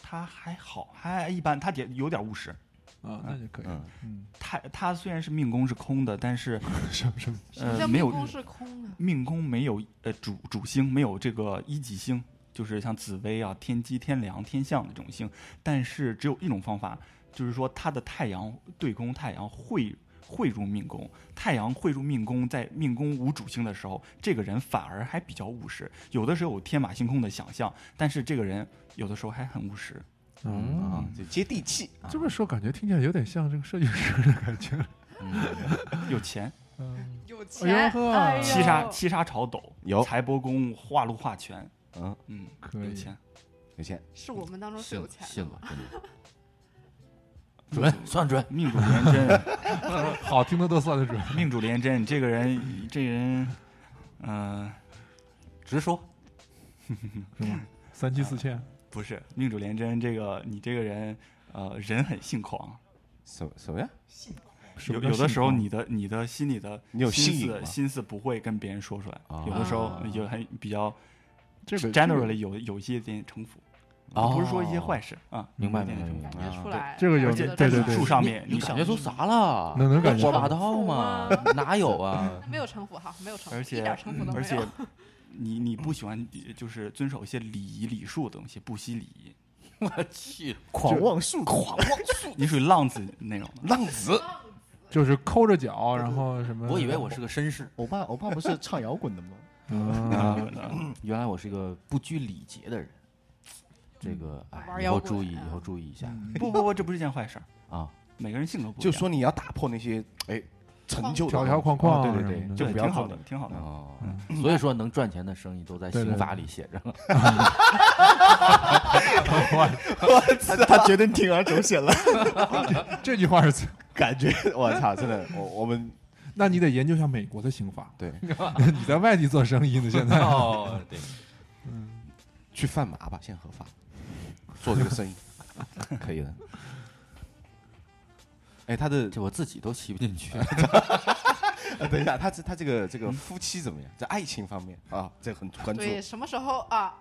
Speaker 5: 他还好，还一般，他点有点务实。
Speaker 3: 啊，那就可以了。嗯，
Speaker 5: 他他虽然是命宫是空的，但是
Speaker 3: 什么什么
Speaker 5: 呃
Speaker 7: 像
Speaker 5: 没有
Speaker 7: 公是空的，
Speaker 5: 命宫没有呃主主星没有这个一级星，就是像紫薇啊、天机、天梁、天象这种星，但是只有一种方法，就是说它的太阳对宫太阳会汇入命宫，太阳汇入命宫，在命宫无主星的时候，这个人反而还比较务实，有的时候有天马行空的想象，但是这个人有的时候还很务实。
Speaker 3: 嗯，
Speaker 2: 啊，就接地气啊，
Speaker 3: 这么说感觉听起来有点像这个设计师的感觉。
Speaker 5: 有钱，
Speaker 3: 嗯，
Speaker 7: 有
Speaker 3: 哎
Speaker 7: 钱
Speaker 3: 呦，呵
Speaker 7: 哎呦
Speaker 5: 七杀七杀朝斗，
Speaker 2: 有
Speaker 5: 财帛宫画禄画权，
Speaker 2: 嗯
Speaker 5: 嗯，
Speaker 3: 可
Speaker 5: 有
Speaker 3: 以。
Speaker 5: 钱。
Speaker 2: 有钱，
Speaker 7: 是我们当中
Speaker 8: 信
Speaker 7: 最有
Speaker 8: 了
Speaker 7: 钱
Speaker 8: 信
Speaker 7: 的
Speaker 8: 了
Speaker 7: 吗，，
Speaker 8: 真的。准算准，
Speaker 5: 命主连针，
Speaker 3: 好听的都算得准。
Speaker 5: 命主连针，这个人，这人，嗯、
Speaker 8: 直说。
Speaker 3: 三妻四妾，
Speaker 5: 不是命主连针，这个你这个人，呃，人很性狂，
Speaker 2: 什么什么呀？
Speaker 3: 什
Speaker 5: 有
Speaker 3: 么叫
Speaker 5: 有的时候
Speaker 3: 信奉
Speaker 5: 你的你的心里的
Speaker 2: 你有
Speaker 5: 心
Speaker 2: 吸引
Speaker 5: 思
Speaker 2: 吗
Speaker 5: 心思不会跟别人说出来，
Speaker 2: 啊
Speaker 5: 有的时候
Speaker 7: 啊
Speaker 5: 有还比较
Speaker 3: 这个
Speaker 5: generally 有有一些点城府，
Speaker 8: 哦
Speaker 5: 不是说一些坏事啊，
Speaker 8: 明白
Speaker 5: 有一点
Speaker 8: 明白
Speaker 5: 城
Speaker 8: 明白
Speaker 5: 府
Speaker 7: 感觉出来，
Speaker 3: 这个有
Speaker 7: 感觉得
Speaker 3: 对
Speaker 5: 在
Speaker 7: 出
Speaker 3: 对
Speaker 5: 你
Speaker 3: 对
Speaker 7: 来
Speaker 5: 树上面，
Speaker 8: 你
Speaker 5: 想
Speaker 8: 感觉出啥了？
Speaker 3: 能能感
Speaker 8: 胡
Speaker 3: 觉
Speaker 8: 说
Speaker 3: 到
Speaker 8: 八道嘛？哪有啊？
Speaker 7: 没有城府哈，没有城府，
Speaker 5: 而且
Speaker 7: 一点城府都
Speaker 5: 而
Speaker 7: 没
Speaker 5: 且
Speaker 7: 有。
Speaker 5: 你你不喜欢就是遵守一些礼仪礼数的东西，不惜礼仪，
Speaker 8: 我去，
Speaker 2: 狂妄树，狂妄
Speaker 5: 你属于浪子那种的，
Speaker 2: 浪子，
Speaker 3: 就是抠着脚，然后什么？
Speaker 8: 我以为我是个绅士，
Speaker 6: 欧巴，欧巴不是唱摇滚的 吗？
Speaker 3: 啊，
Speaker 8: 原来我是一个不拘礼节的 人。这个哎，
Speaker 7: 玩
Speaker 8: 以
Speaker 7: 摇
Speaker 8: 后
Speaker 7: 滚
Speaker 8: 注意，
Speaker 7: 啊
Speaker 8: 以后注意一下
Speaker 5: 不不不，这不是件坏事儿，
Speaker 8: 啊。
Speaker 5: 每个人性格不一
Speaker 2: 就
Speaker 5: 样，
Speaker 2: 说你要打破那些哎成就的
Speaker 3: 条条框
Speaker 2: 啊
Speaker 3: 框啊
Speaker 2: 对对
Speaker 3: 什么
Speaker 2: 对，
Speaker 3: 的
Speaker 2: 就
Speaker 5: 对
Speaker 2: 不要
Speaker 5: 挺
Speaker 2: 做嗯
Speaker 5: 好
Speaker 2: 那个，
Speaker 5: 的挺好的。
Speaker 8: 哦， 所以说能赚钱的生意都在
Speaker 3: 对对
Speaker 8: 刑法
Speaker 3: 对
Speaker 8: 里写着。
Speaker 6: 他他决定
Speaker 2: 啊
Speaker 6: 铤而走险了，
Speaker 3: 这句话是最，
Speaker 2: 感觉我操，真的，我我们
Speaker 3: 那你得研究一下美国的刑法。
Speaker 2: 对
Speaker 3: 你在外地做生意呢，现在
Speaker 9: 哦，对，
Speaker 2: 去犯麻吧，先合法，做这个生意 可以的。哎，他的
Speaker 8: 这我自己都吸不进去。
Speaker 2: 呃 等一下，他这他这个这个夫妻怎么样？在爱情方面啊，这很关注
Speaker 7: 对，什么时候啊？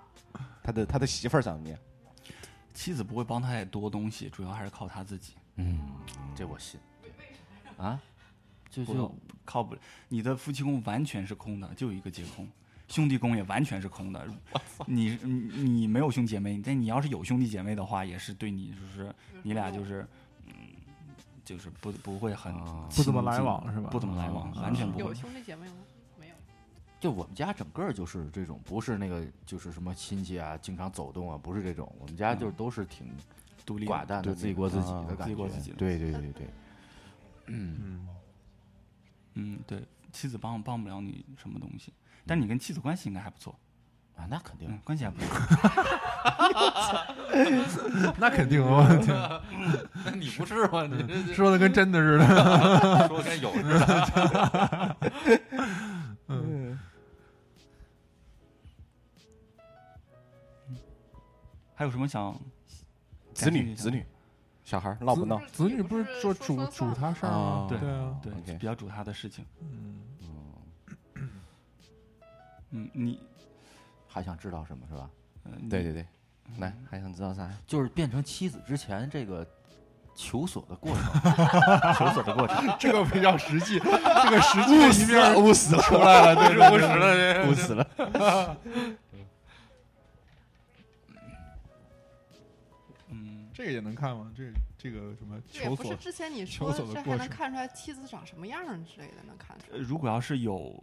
Speaker 2: 他的他的媳妇儿长怎么样？
Speaker 5: 妻子不会帮他太多东西，主要还是靠他自己，
Speaker 8: 嗯，这我信。啊，就
Speaker 5: 不
Speaker 8: 就
Speaker 5: 靠不。你的夫妻宫完全是空的，就一个皆空，兄弟宫也完全是空的。你你你没有兄弟姐妹，但你要是有兄弟姐妹的话，也是对你就是你俩就是嗯，就是不不会很
Speaker 8: 啊
Speaker 3: 不
Speaker 5: 亲
Speaker 3: 怎么来
Speaker 5: 近
Speaker 3: 往是吧？
Speaker 5: 不怎么来往，
Speaker 8: 啊
Speaker 5: 完全不
Speaker 7: 有
Speaker 5: 会。
Speaker 7: 兄弟姐妹吗？没有。
Speaker 8: 就我们家整个就是这种，不是那个就是什么亲戚啊，经常走动啊，不是这种。我们家就是都是挺
Speaker 5: 独立
Speaker 8: 寡淡的，
Speaker 5: 独立
Speaker 8: 自己过自己的
Speaker 5: 自
Speaker 8: 感
Speaker 5: 己
Speaker 8: 觉
Speaker 5: 过自己。的
Speaker 8: 对对对对，
Speaker 3: 嗯
Speaker 5: 嗯，对，妻子帮帮不了你什么东西，但是你跟妻子关系应该还不错，
Speaker 8: 啊，那肯定
Speaker 5: 嗯，关系还不错。
Speaker 3: 那肯定，我天
Speaker 9: 那你不是吗？你这
Speaker 3: 说的跟真的似的。
Speaker 9: 这说跟有似的。
Speaker 3: 嗯
Speaker 5: 还有什么想？
Speaker 2: 子
Speaker 5: 感兴
Speaker 2: 女
Speaker 5: 趣
Speaker 2: 子女，小孩儿闹不闹？
Speaker 3: 子女不是说主
Speaker 7: 说
Speaker 3: 主他事儿
Speaker 2: 啊
Speaker 3: 吗？
Speaker 5: 对
Speaker 3: 对啊，
Speaker 5: 对
Speaker 2: OK
Speaker 5: 比较主他的事情。
Speaker 3: 嗯，
Speaker 5: 嗯，你
Speaker 8: 还想知道什么是吧？
Speaker 5: 呃你嗯
Speaker 2: 对对对，来，还想知道啥？
Speaker 8: 就是变成妻子之前这个求索 的过程，
Speaker 5: 求索的过程，
Speaker 3: 这个比较实际，这个实际的一面
Speaker 2: 污死了，
Speaker 9: 出来了，对，是 务实了，这
Speaker 3: 嗯
Speaker 2: 污死了。
Speaker 5: 嗯，
Speaker 3: 这个也能看吗？这这个什么
Speaker 7: 这也
Speaker 3: 求
Speaker 7: 不
Speaker 3: 索
Speaker 7: 是 之前你
Speaker 3: 求
Speaker 7: 说
Speaker 3: 索的
Speaker 7: 这
Speaker 3: 过
Speaker 7: 还能
Speaker 3: 程
Speaker 7: 看出来妻子长什么样儿之类的，能看出
Speaker 5: 呃
Speaker 7: 来。
Speaker 5: 如果要是有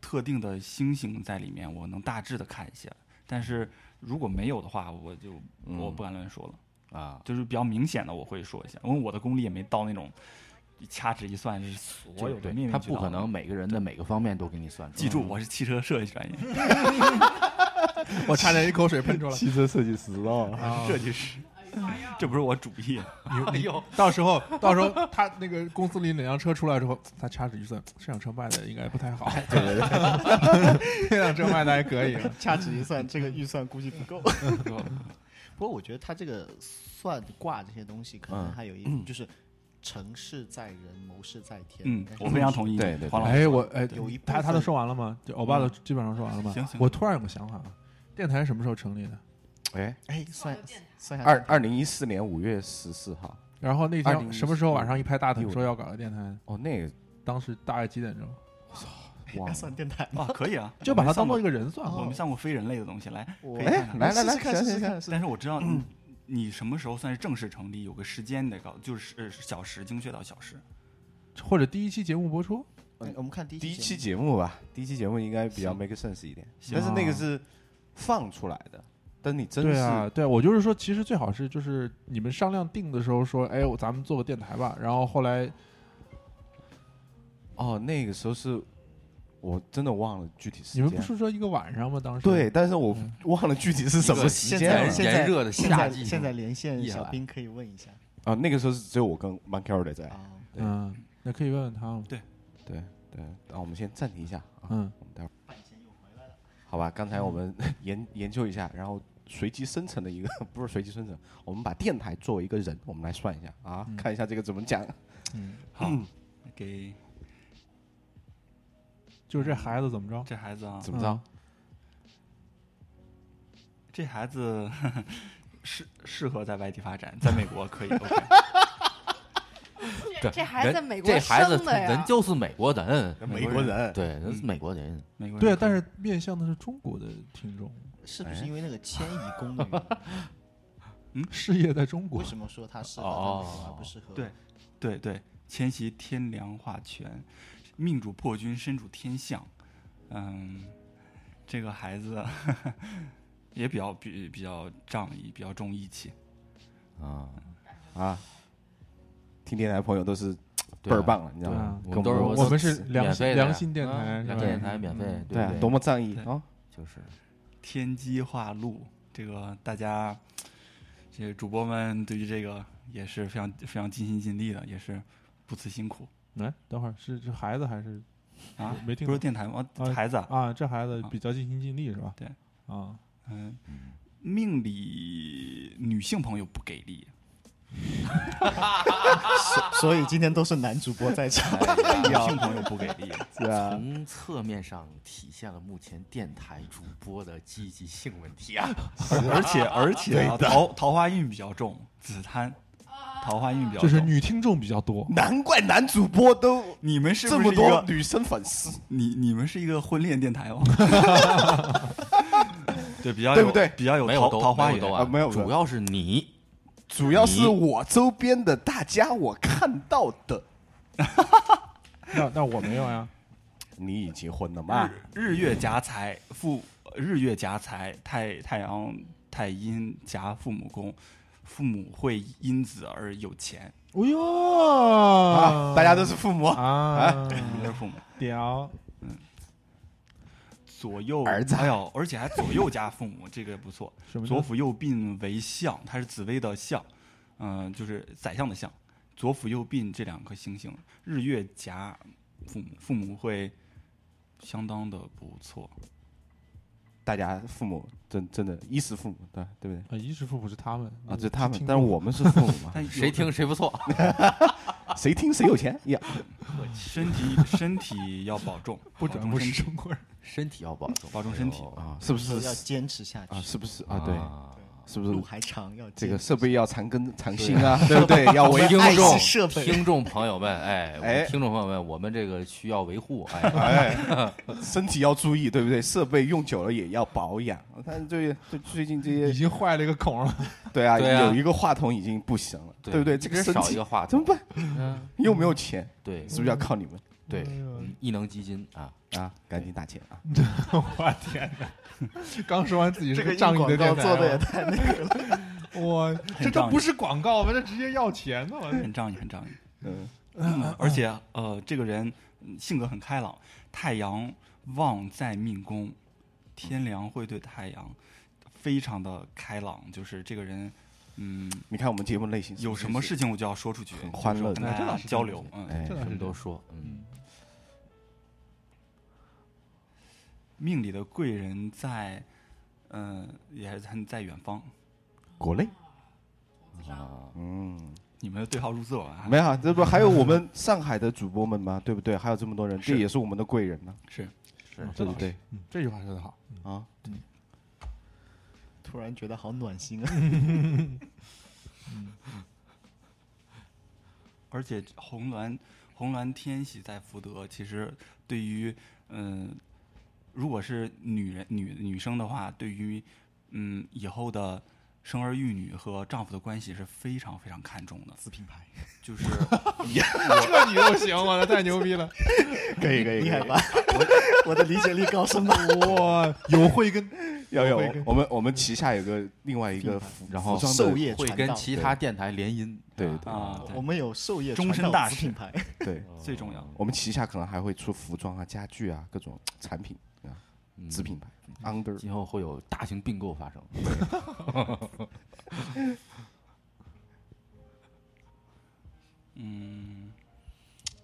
Speaker 5: 特定的星星在里面，我能大致的看一下。但是如果没有的话，我就我不敢乱说了。
Speaker 8: 嗯啊，
Speaker 5: 就是比较明显的，我会说一下，因为我的功力也没到那种掐指一算是所有
Speaker 8: 对
Speaker 5: 的面面
Speaker 8: 他
Speaker 5: 俱
Speaker 8: 不
Speaker 5: 到
Speaker 8: 可
Speaker 5: 的
Speaker 8: 能。嗯每个人的每个方面都给你算出来。
Speaker 5: 记住，我是汽车设计专业，
Speaker 3: 我差点一口水喷出来。
Speaker 2: 汽车设计师啊，
Speaker 3: 啊
Speaker 5: 设计师。这不是我主意，啊
Speaker 9: 哎呦，
Speaker 3: 到时候到时候他那个公司里哪辆车出来之后， 他掐指一算，这辆车卖的应该不太好，哎对对 对，这辆车卖的还可以，啊
Speaker 6: 掐指一算，这个预算估计不够。 不过我觉得他这个算卦这些东西，可能还有一、就是成事在人，谋事在天。
Speaker 5: 嗯
Speaker 6: 应该，是
Speaker 5: 我非常同意。
Speaker 2: 对对
Speaker 5: 黄老师，
Speaker 3: 哎，我哎，
Speaker 6: 有一部
Speaker 3: 他他都
Speaker 6: 分
Speaker 3: 说完了吗？就欧巴都基本上说完了吗？
Speaker 5: 行行
Speaker 3: 我突然有个想法啊，电台什么时候成立的？
Speaker 2: 哎，
Speaker 6: 哎，算算一下
Speaker 2: 二二零一四年五月十四号，
Speaker 3: 然后那
Speaker 2: 2014
Speaker 3: 天什么时候晚上一拍大腿
Speaker 2: 15
Speaker 3: 说要搞个电台？
Speaker 2: 哦，那个
Speaker 3: 当时大概几点钟？
Speaker 2: 哇
Speaker 6: 要，算电台吗？
Speaker 5: 哇，可以啊，
Speaker 3: 就把它当做
Speaker 5: 做
Speaker 3: 一个人算
Speaker 5: 我
Speaker 3: 好
Speaker 5: 们。上过非人类的东西来，
Speaker 6: 我
Speaker 5: 可以
Speaker 2: 哎
Speaker 5: 看看
Speaker 2: 来来来
Speaker 6: 试试看
Speaker 2: 行
Speaker 6: 试试
Speaker 2: 行
Speaker 6: 看，试试
Speaker 5: 但是我知道
Speaker 3: 嗯
Speaker 5: 你你什么时候算是正式成立，有个时间得搞，就是呃小时，精确到小时。
Speaker 3: 或者第一期节目播出，
Speaker 6: 看哎我们看第一
Speaker 2: 第一期
Speaker 6: 节目
Speaker 2: 节目吧，第一期节目应该比较 make sense 一点，但是那个是放出来的，但你真
Speaker 3: 对
Speaker 2: 是
Speaker 3: 啊，对啊我就是说，其实最好是就是你们商量定的时候说，哎，我咱们做个电台吧。然后后来
Speaker 2: 哦，那个时候是我真的忘了具体时
Speaker 3: 你
Speaker 2: 间，
Speaker 3: 们不是说一个晚上吗？当时
Speaker 8: 嗯
Speaker 2: 对，，但是我忘了具体是什么时
Speaker 6: 现
Speaker 2: 间
Speaker 6: 在
Speaker 2: 了
Speaker 6: 现在
Speaker 9: 炎热的
Speaker 6: 现
Speaker 9: 夏
Speaker 6: 在
Speaker 9: 季，
Speaker 6: 现在连线
Speaker 9: 夜
Speaker 6: 小
Speaker 9: 晚
Speaker 6: 兵可以问一下
Speaker 2: 啊，那个时候是只有我跟 m a n c a r d 在，
Speaker 6: 啊。
Speaker 3: 嗯，那可以问问他嘛。
Speaker 2: 对对，那我们先暂停一下啊，
Speaker 3: 嗯，
Speaker 2: 我们待会儿。好吧，刚才我们
Speaker 8: 嗯
Speaker 2: 研研究一下，然后随机生成的一个， 不是随机生成，我们把电台作为一个人，我们来算一下
Speaker 8: 嗯
Speaker 2: 啊， 看一下这个怎么讲。
Speaker 5: 好，
Speaker 3: 嗯
Speaker 5: 给
Speaker 3: 就是这孩子怎么着？
Speaker 5: 这孩子啊，
Speaker 2: 怎么着？
Speaker 5: 这孩子 适适合在外地发展，在美国可以。OK，
Speaker 7: 这这孩子在美国
Speaker 8: 这孩子
Speaker 7: 生的呀，
Speaker 8: 人就是美 国人，
Speaker 2: 美国人，
Speaker 8: 对，人是美国人。
Speaker 5: 美国人
Speaker 3: 对啊，
Speaker 5: 可以
Speaker 3: 但是面向的是中国的听众，
Speaker 6: 是不是因为那个迁移宫女？
Speaker 3: 事业在中国
Speaker 6: 为。什么说她适合在美国而不适合？
Speaker 5: 对对对，迁徙天良化权，命主破军，身主天象。嗯，这个孩子也比较比比较仗义，比较重义气。
Speaker 8: 啊，
Speaker 2: 啊，听电台朋友都是倍
Speaker 8: 对啊
Speaker 2: 儿棒了，你知道
Speaker 3: 对
Speaker 2: 吗
Speaker 3: 啊？
Speaker 2: 跟
Speaker 8: 我们都是
Speaker 3: 我们是良心
Speaker 8: 免费的
Speaker 3: 良
Speaker 8: 呀
Speaker 3: 心电台，是吧
Speaker 8: 良心电台免费，
Speaker 3: 嗯
Speaker 2: 对
Speaker 8: 对
Speaker 2: 啊
Speaker 8: 不，对
Speaker 2: 多么仗义
Speaker 5: 对
Speaker 2: 啊！
Speaker 8: 就是
Speaker 5: 天机化禄，这个大家这个主播们对于这个也是非常非常尽心尽力的，也是不辞辛苦
Speaker 3: 来，哎等会儿是是孩子还是
Speaker 5: 啊。
Speaker 3: 没听
Speaker 5: 不
Speaker 3: 懂
Speaker 5: 是电台吗？
Speaker 3: 啊
Speaker 5: 孩子啊，
Speaker 3: 啊？这孩子比较尽心尽力是吧？
Speaker 5: 对
Speaker 3: 啊，
Speaker 5: 嗯，命里女性朋友不给力，
Speaker 6: 所 所以今天都是男主播在场。
Speaker 5: 女性朋友不给力。
Speaker 2: 对啊，
Speaker 8: 从侧面上体现了目前电台主播的积极性问题 啊。
Speaker 5: 而且而且啊、桃桃花运比较重，紫檀，桃花运比较
Speaker 3: 就
Speaker 5: 重。
Speaker 3: 是女听众比较多，
Speaker 2: 难怪男主播都
Speaker 5: 你们是
Speaker 2: 这
Speaker 5: 不
Speaker 2: 么
Speaker 5: 是一
Speaker 2: 多
Speaker 5: 个
Speaker 2: 女生粉丝，
Speaker 5: 你你们是一个婚恋电台 吗？对，比较有
Speaker 2: 对不对
Speaker 5: 比较有
Speaker 8: 没有
Speaker 5: 桃
Speaker 8: 都
Speaker 5: 桃花
Speaker 8: 没
Speaker 5: 运
Speaker 8: 有都
Speaker 2: 啊没有
Speaker 8: 主要是你
Speaker 2: 主要是
Speaker 8: 你
Speaker 2: 我周边的大家我看到的。
Speaker 3: 那那我没有呀。
Speaker 2: 你已经婚了
Speaker 8: 啊
Speaker 2: 吗？
Speaker 5: 日月夹财，父日月夹财，太太阳太阴夹父母宫，父母会因子而有钱，
Speaker 3: 哎呦，啊
Speaker 2: 啊，大家都是父母，
Speaker 3: 啊，
Speaker 5: 都是父母
Speaker 3: 屌，
Speaker 5: 左右
Speaker 2: 儿子
Speaker 5: 哎呦，而且还左右夹父母，这个不错。
Speaker 3: 什么叫
Speaker 5: 左辅右弼为相，它是紫薇的相，嗯、就是宰相的相。左辅右弼这两颗星星，日月夹父母，父母会相当的不错。
Speaker 2: 大家父母真真的衣食父母，对对不对？
Speaker 3: 啊？衣食父母是他们
Speaker 2: 啊，这他们，
Speaker 3: 听
Speaker 2: 但
Speaker 3: 过
Speaker 2: 我们是父母 嘛，
Speaker 5: 但有
Speaker 8: 谁听谁不错。
Speaker 2: 谁听谁有钱呀？
Speaker 5: 身体身体要保重，
Speaker 3: 不
Speaker 5: 保
Speaker 3: 转
Speaker 5: 重
Speaker 3: 不
Speaker 5: 身体
Speaker 3: 是，中国人，
Speaker 8: 身体要保重，
Speaker 5: 保重身体
Speaker 8: 哎呦
Speaker 2: 啊，是不是
Speaker 6: 说要坚持下去
Speaker 2: 啊？是不是啊？对，是不
Speaker 6: 路
Speaker 2: 是
Speaker 6: 还长，要
Speaker 2: 这
Speaker 6: 坚
Speaker 2: 个
Speaker 6: 持
Speaker 2: 设备要长根长新啊？对不对？要维
Speaker 8: 听
Speaker 6: 爱
Speaker 8: 众
Speaker 6: 惜设备
Speaker 8: 听众朋友们，哎，我
Speaker 2: 哎
Speaker 8: 们听众朋友们，我们这个需要维护， 哎，
Speaker 2: 身体要注意，对不对？设备用久了也要保养。但最最最近这些，
Speaker 3: 已经坏了一个孔了。
Speaker 2: 对啊，
Speaker 8: 对啊
Speaker 2: 有一个话筒已经不行了，对不对？这个
Speaker 8: 一直
Speaker 2: 身
Speaker 8: 少一
Speaker 2: 体
Speaker 8: 个话
Speaker 2: 怎
Speaker 8: 筒
Speaker 2: 么，办？又没有钱，
Speaker 8: 对
Speaker 2: 是不是要靠你们
Speaker 8: 对，
Speaker 3: 哎
Speaker 8: 嗯异能基金啊，
Speaker 2: 啊？赶紧打钱啊！
Speaker 3: 我天哪！刚说完自己是
Speaker 6: 这个
Speaker 3: 仗义的
Speaker 6: 广告
Speaker 3: 电台
Speaker 6: 做的也
Speaker 3: 了，
Speaker 6: 太那个了。
Speaker 3: 我这
Speaker 5: 很仗
Speaker 3: 都
Speaker 5: 义
Speaker 3: 不是广告吧？这直接要钱呢！我
Speaker 5: 很仗义，很仗义。
Speaker 2: 嗯，
Speaker 5: 嗯而且呃，这个人嗯性格很开朗，太阳旺在命宫，天梁会对太阳，非常的开朗，就是这个人嗯，
Speaker 2: 你看我们节目类型
Speaker 5: 有什么事
Speaker 2: 情
Speaker 5: 情我就要说出去，
Speaker 2: 很欢乐
Speaker 5: 就是跟
Speaker 2: 的
Speaker 5: 大
Speaker 3: 这
Speaker 5: 家
Speaker 3: 倒是
Speaker 5: 交流。嗯，
Speaker 2: 哎
Speaker 3: 这，倒
Speaker 8: 什
Speaker 3: 是
Speaker 8: 么都说，嗯，
Speaker 5: 命里的贵人在，嗯，也还在在远方。
Speaker 2: 国内，
Speaker 8: 啊，
Speaker 2: 嗯，
Speaker 5: 你们的对号入座啊，
Speaker 2: 没有啊，这不还有我们上海的主播们吗？对不对？还有这么多人，这
Speaker 5: 是
Speaker 2: 也是我们的贵人呢，
Speaker 5: 是
Speaker 8: 是
Speaker 2: 对不对？
Speaker 3: 嗯这句话说的好，
Speaker 2: 啊，
Speaker 6: 突然觉得好暖心啊！
Speaker 5: 而且红鸾红鸾天喜在福德，其实对于嗯、如果是女人女女生的话，对于嗯以后的生儿育女和丈夫的关系是非常非常看重的。
Speaker 6: 自品牌，
Speaker 5: 就是
Speaker 3: 这你都行，我的太牛逼 了，
Speaker 2: 可以可以，
Speaker 6: 厉害吧？我的理解力高深吧？
Speaker 3: 哇，有慧 根，
Speaker 2: 有有
Speaker 3: 会跟，
Speaker 2: 我们我们旗下有个另外一个服，然后
Speaker 8: 服
Speaker 2: 是
Speaker 6: 授业
Speaker 8: 会
Speaker 6: 传
Speaker 8: 跟
Speaker 6: 道，
Speaker 8: 其他电台联姻，
Speaker 2: 对
Speaker 8: 啊
Speaker 2: 对
Speaker 5: 啊，
Speaker 6: 我
Speaker 5: 对
Speaker 6: 们有授业
Speaker 5: 终
Speaker 6: 传
Speaker 5: 身
Speaker 6: 道
Speaker 5: 大
Speaker 6: 子
Speaker 5: 事
Speaker 6: 品牌，
Speaker 2: 对，
Speaker 5: 最重要。
Speaker 2: 我们旗下可能还会出服装啊、家具啊各种产品啊，
Speaker 8: 嗯
Speaker 2: 子品牌 under
Speaker 8: 今后会有大型并购发生。
Speaker 5: 嗯，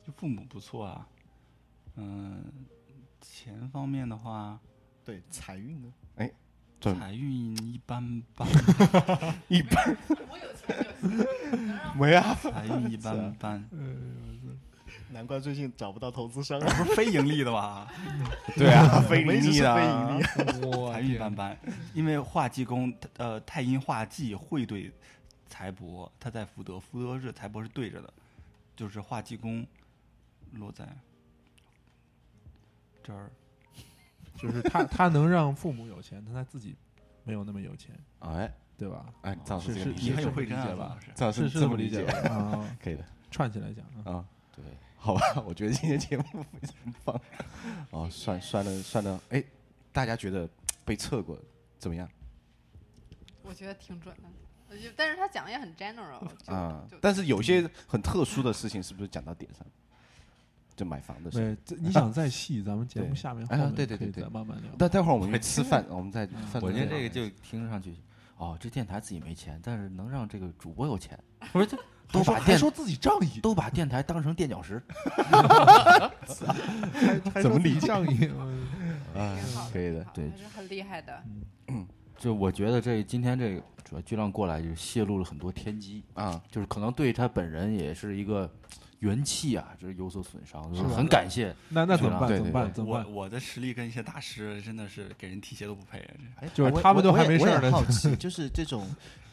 Speaker 5: 就父母不错啊。嗯、钱方面的话，
Speaker 6: 对财运呢？
Speaker 2: 哎转
Speaker 5: 财运一般般，
Speaker 2: 嗯 一般
Speaker 7: 我有钱就行，
Speaker 2: 没啊，
Speaker 5: 财运一般般，
Speaker 3: 呃
Speaker 6: 难怪最近找不到投资商
Speaker 5: 不是非盈利的吧？
Speaker 2: 对啊， 非
Speaker 6: 我们一
Speaker 2: 盈
Speaker 6: 直
Speaker 2: 利
Speaker 6: 是
Speaker 2: 的
Speaker 6: 非
Speaker 2: 啊
Speaker 6: 盈利，
Speaker 3: 我
Speaker 5: 财运一般般，因为化济宫，呃，太阴化忌会对财帛，它在福德，福德是财帛是对着的，就是化济宫落在这儿，
Speaker 3: 就是他他能让父母有钱，但他自己没有那么有钱，
Speaker 2: 哎
Speaker 3: 对吧？
Speaker 2: 哎，赵老师
Speaker 3: 是
Speaker 2: 这个
Speaker 3: 是
Speaker 2: 理
Speaker 5: 你
Speaker 2: 解
Speaker 5: 很有
Speaker 3: 是
Speaker 5: 慧
Speaker 3: 理
Speaker 5: 根
Speaker 3: 解
Speaker 5: 啊，
Speaker 3: 吧
Speaker 5: 老师
Speaker 2: 赵老
Speaker 3: 是
Speaker 2: 师
Speaker 3: 是
Speaker 2: 这么
Speaker 3: 理
Speaker 2: 理解
Speaker 3: 解的啊，
Speaker 2: 可以的
Speaker 3: 串起来讲 啊，
Speaker 2: 啊，
Speaker 8: 对，
Speaker 2: 好吧，我觉得今天节目非常棒，哦，算算了算了，哎，大家觉得被测过怎么样
Speaker 7: 我觉得挺准的。我觉得但是他讲的也很 general，就
Speaker 2: 啊
Speaker 7: 就？
Speaker 2: 但是有些很特殊的事情是不是讲到点上？就买房的事。
Speaker 3: 对，这你想再细，咱们节目
Speaker 2: 对
Speaker 3: 下面后
Speaker 2: 哎呀
Speaker 3: 面
Speaker 2: 对对
Speaker 3: 可以
Speaker 2: 对对
Speaker 3: 再慢慢聊。
Speaker 2: 待待会儿我们去吃饭，我们再饭桌
Speaker 8: 我
Speaker 2: 上
Speaker 8: 觉
Speaker 2: 聊。
Speaker 8: 得这个就听上去，哦，这电台自己没钱，但是能让这个主播有钱，不 是这都把
Speaker 3: 还
Speaker 8: 电
Speaker 3: 说自己仗义，
Speaker 8: 都把电台当成垫脚石，
Speaker 3: 还还
Speaker 2: 怎么
Speaker 3: 说自己
Speaker 2: 理解
Speaker 3: 仗义，嗯
Speaker 7: 挺好的，
Speaker 2: 可以的
Speaker 7: 挺
Speaker 8: 对
Speaker 7: 好还是很厉害的。
Speaker 8: 就我觉得这今天这个主要巨浪过来就泄露了很多天机，
Speaker 2: 啊，
Speaker 8: 就是可能对他本人也是一个元气啊，就是有所损伤，就是
Speaker 3: 吧
Speaker 8: 很感谢。
Speaker 3: 那那
Speaker 8: 是
Speaker 3: 怎么
Speaker 8: 吧
Speaker 3: 办？
Speaker 2: 对
Speaker 3: 怎么
Speaker 2: 对
Speaker 3: 办？怎么
Speaker 5: 我
Speaker 3: 办？
Speaker 5: 我的实力跟一些大师真的是给人提鞋都不配，啊
Speaker 6: 哎
Speaker 3: 就是
Speaker 6: 我
Speaker 3: 他们
Speaker 6: 我
Speaker 3: 都
Speaker 6: 我
Speaker 3: 还
Speaker 6: 也
Speaker 3: 没
Speaker 6: 我
Speaker 3: 事
Speaker 6: 也
Speaker 3: 儿呢
Speaker 6: 好奇，就是这种，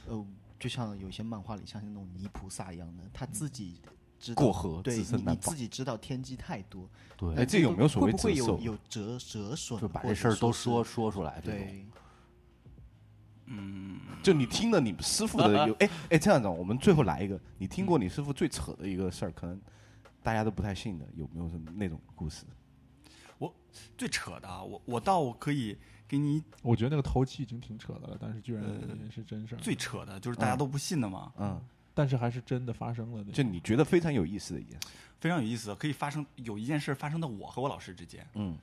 Speaker 6: 呃，就像有些漫画里像是那种泥菩萨一样的，他自己知道
Speaker 2: 过河
Speaker 6: 对
Speaker 2: 自身
Speaker 6: 你
Speaker 2: 难
Speaker 6: 你
Speaker 2: 保
Speaker 6: 自。己知道天机太多，
Speaker 8: 对，
Speaker 2: 哎，这有没有所谓
Speaker 6: 会不会
Speaker 2: 折
Speaker 6: 有
Speaker 2: 寿？
Speaker 6: 有折折损？
Speaker 8: 就把
Speaker 6: 或
Speaker 8: 这
Speaker 6: 者
Speaker 8: 事儿都
Speaker 6: 是
Speaker 8: 说说出来，这种
Speaker 6: 对，
Speaker 5: 嗯，
Speaker 2: 就你听了你师傅的有哎哎，这样子，我们最后来一个，你听过你师傅最扯的一个事儿，可能大家都不太信的，有没有什么那种故事？
Speaker 5: 最扯的啊，我我倒我可以给你
Speaker 3: 我觉得那个头七已经挺扯的了，但是居然
Speaker 5: 呃
Speaker 3: 也是真事儿，
Speaker 5: 最扯的，就是大家都不信的嘛，
Speaker 2: 嗯，
Speaker 3: 但是还是真的发生了那
Speaker 2: 就
Speaker 3: 个。
Speaker 2: 你觉得非常有意思的一件事。
Speaker 5: 非常有意思，可以发生有一件事发生在我和我老师之间，
Speaker 2: 嗯，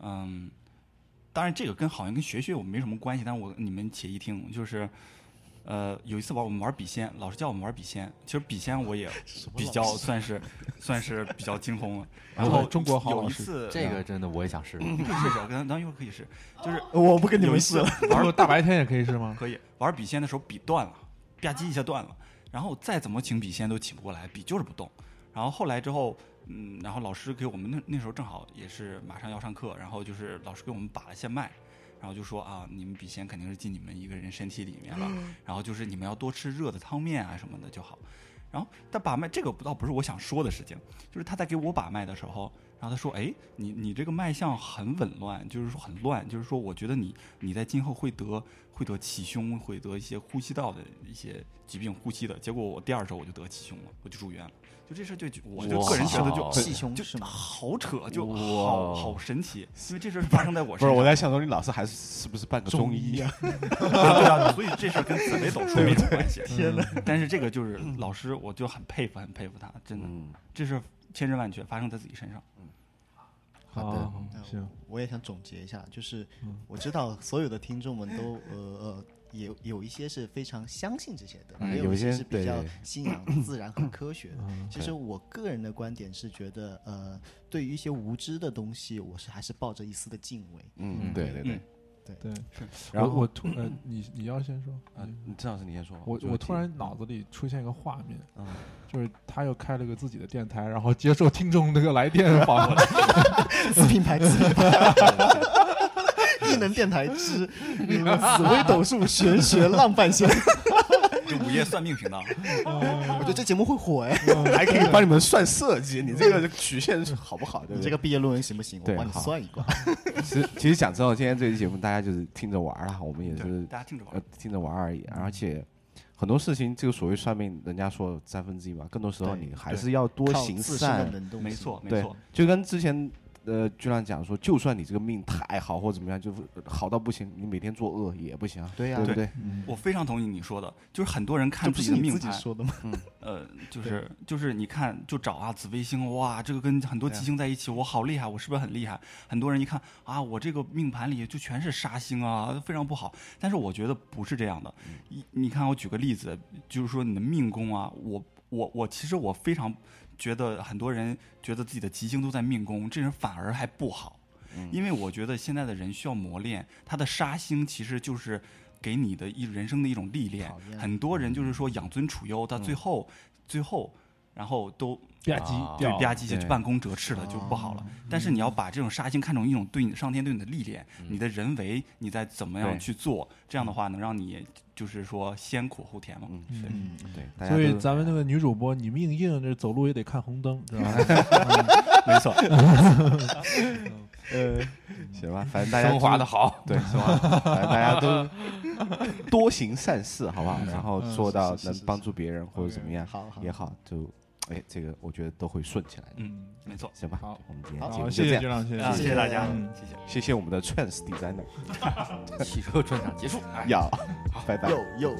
Speaker 5: 嗯，当然这个跟好像跟学学我没什么关系，但是我你们且一听，就是，呃，有一次玩我们玩笔仙，老师叫我们玩笔仙，其实笔仙我也比较算是算是比较精 通了。然后
Speaker 3: 中国好
Speaker 5: 有
Speaker 3: 老
Speaker 5: 一
Speaker 3: 师
Speaker 5: 次
Speaker 8: 这个真的我也想试试。
Speaker 5: 可以试试，跟咱一会儿可以试，就是
Speaker 6: 呃我不跟你
Speaker 5: 有一
Speaker 6: 们说
Speaker 5: 次
Speaker 3: 不是 大白天也可以是吗？
Speaker 5: 可以玩笔仙的时候笔断了，吧唧一下断了，然后再怎么请笔仙都请不过来，笔就是不动。然后后来之后，嗯，然后老师给我们那那时候正好也是马上要上课，然后就是老师给我们把了一下脉，然后就说啊，你们笔仙肯定是进你们一个人身体里面了，然后就是你们要多吃热的汤面啊什么的就好。然后他把脉，这个倒不是我想说的事情，就是他在给我把脉的时候，然后他说：“哎，你你这个脉象很紊乱，就是说很乱，就是说我觉得你你在今后会得会得气胸，会得一些呼吸道的一些疾病，呼吸的。结果我第二周我就得气胸了，我就住院了。就这事儿就就我就个人觉得就
Speaker 8: 哇
Speaker 6: 气胸
Speaker 5: 就是
Speaker 6: 吗？
Speaker 5: 好扯，就
Speaker 8: 哇
Speaker 5: 好好神奇，因为这事儿发生在我
Speaker 2: 不是，
Speaker 5: 身上。
Speaker 2: 我在想说你老师还是是不是半个中医啊？
Speaker 5: 对啊，所以这事儿跟紫薇斗数没什么关系。啊嗯
Speaker 3: 天哪！
Speaker 5: 但是这个就是老师，我就很佩服，很佩服他，真 的，
Speaker 2: 嗯，
Speaker 5: 这事儿千真万确发生在自己身上。
Speaker 2: 好的
Speaker 3: 好
Speaker 6: 嗯
Speaker 3: 行，
Speaker 6: 我也想总结一下，就是
Speaker 3: 嗯
Speaker 6: 我知道所有的听众们都呃呃有有一些是非常相信这些的，
Speaker 2: 嗯
Speaker 6: 也
Speaker 2: 有
Speaker 6: 一
Speaker 2: 一些
Speaker 6: 是比
Speaker 2: 对
Speaker 6: 较
Speaker 2: 对嗯
Speaker 6: 信仰自然和科
Speaker 3: 嗯
Speaker 6: 学的。其
Speaker 2: 对
Speaker 6: 实我个人的观点是觉得，呃，对于一些无知的东西，我是还是抱着一丝的敬畏。
Speaker 2: 嗯，对对对。
Speaker 3: 对，
Speaker 2: 然后
Speaker 3: 我我突 呃，你你要先说嗯
Speaker 2: 啊，你郑老师你先说吧。
Speaker 3: 我
Speaker 2: 觉得
Speaker 3: 我
Speaker 2: 挺
Speaker 3: 突然脑子里出现一个画面
Speaker 2: 嗯，
Speaker 3: 就是他又开了个自己的电台，然后接受听众那个来电访 问，
Speaker 6: 自品牌，自品牌，异能电台之嗯紫薇斗数玄学浪漫仙，
Speaker 5: 这午夜算命频道，
Speaker 6: 我觉得这节目会火哎。
Speaker 2: 还可以帮你们算设计，你这个曲线是好不好？对
Speaker 6: 你
Speaker 2: 不
Speaker 6: 这
Speaker 2: 对？
Speaker 6: 个毕业论文行不行？我
Speaker 2: 对
Speaker 6: 帮你
Speaker 2: 好
Speaker 6: 算一卦。
Speaker 2: 其实其实讲真哦，今天这期节目大家就是听着玩儿啦，我们也
Speaker 5: 对，
Speaker 2: 是
Speaker 5: 大家听着吧
Speaker 2: 呃。听着玩儿而已，而且。很多事情，这个所谓算命，人家说三分之一嘛，更多时候
Speaker 6: 对
Speaker 2: 你还是要多
Speaker 6: 靠
Speaker 2: 行
Speaker 6: 自身的
Speaker 2: 善。
Speaker 6: 能动性
Speaker 5: 没错，没
Speaker 2: 对
Speaker 5: 错，
Speaker 2: 就跟之前呃，居然讲说，就算你这个命太好或怎么样，就是呃好到不行，你每天作恶也不行啊，
Speaker 6: 对呀
Speaker 2: 对不对？
Speaker 5: 我非常同意你说的，就是很多人看
Speaker 6: 嗯这不
Speaker 5: 自
Speaker 6: 是
Speaker 5: 己的
Speaker 6: 你
Speaker 5: 命
Speaker 6: 自己
Speaker 5: 盘，
Speaker 6: 说的吗？
Speaker 5: 呃，就是就是你看就找啊紫微星，哇，这个跟很多吉星在一起，我好厉害，我是不是很厉害？很多人一看啊，我这个命盘里就全是杀星啊，非常不好。但是我觉得不是这样的，你你看我举个例子，就是说你的命宫啊，我我我其实我非常觉得很多人觉得自己的吉星都在命宫，这人反而还不好，因为我觉得现在的人需要磨练，他的杀星其实就是。给你的一人生的一种历练
Speaker 6: 考，验
Speaker 5: 很多人就是说养尊处优，到最后最后，然后都
Speaker 3: 吧唧
Speaker 8: 啊
Speaker 5: 对
Speaker 3: 掉
Speaker 5: 吧唧
Speaker 2: 哦
Speaker 5: 就
Speaker 2: 对哦嗯
Speaker 5: 办公折翅了，就不好了。但是你要把这种杀心看成一种对你上天对你的历练，你的人为你在怎么样
Speaker 2: 对
Speaker 5: 去做，这样的话能让你就是说先苦后甜嘛。
Speaker 2: 嗯，
Speaker 3: 嗯
Speaker 2: 是，
Speaker 6: 嗯，
Speaker 2: 对，大家
Speaker 3: 所以
Speaker 2: 都
Speaker 3: 咱们那个女主播，你命硬，这走路也得看红灯，知道吧？
Speaker 5: 没错，
Speaker 2: 行吧，反正大家
Speaker 9: 升华
Speaker 2: 都
Speaker 9: 的好，
Speaker 2: 对，是吧？反正大家都多行善事，好不好？然后
Speaker 3: 嗯
Speaker 2: 做到
Speaker 6: 是是是
Speaker 2: 能
Speaker 6: 是
Speaker 2: 帮助别人或者怎么样
Speaker 6: 好好
Speaker 2: 也好，就哎，这个我觉得都会顺起来的，
Speaker 5: 嗯，没错。
Speaker 2: 行吧？
Speaker 3: 好
Speaker 2: 我们今天节
Speaker 3: 好，
Speaker 2: 目
Speaker 3: 谢
Speaker 2: 就这
Speaker 3: 谢
Speaker 2: 样
Speaker 3: 局，长，谢
Speaker 5: 啊，
Speaker 3: 谢
Speaker 5: 谢谢大家
Speaker 3: 嗯，
Speaker 5: 谢谢。
Speaker 2: 谢谢我们的 Trans Designer
Speaker 8: 汽车专场结束。哎
Speaker 2: 呀，拜拜。
Speaker 6: 有有。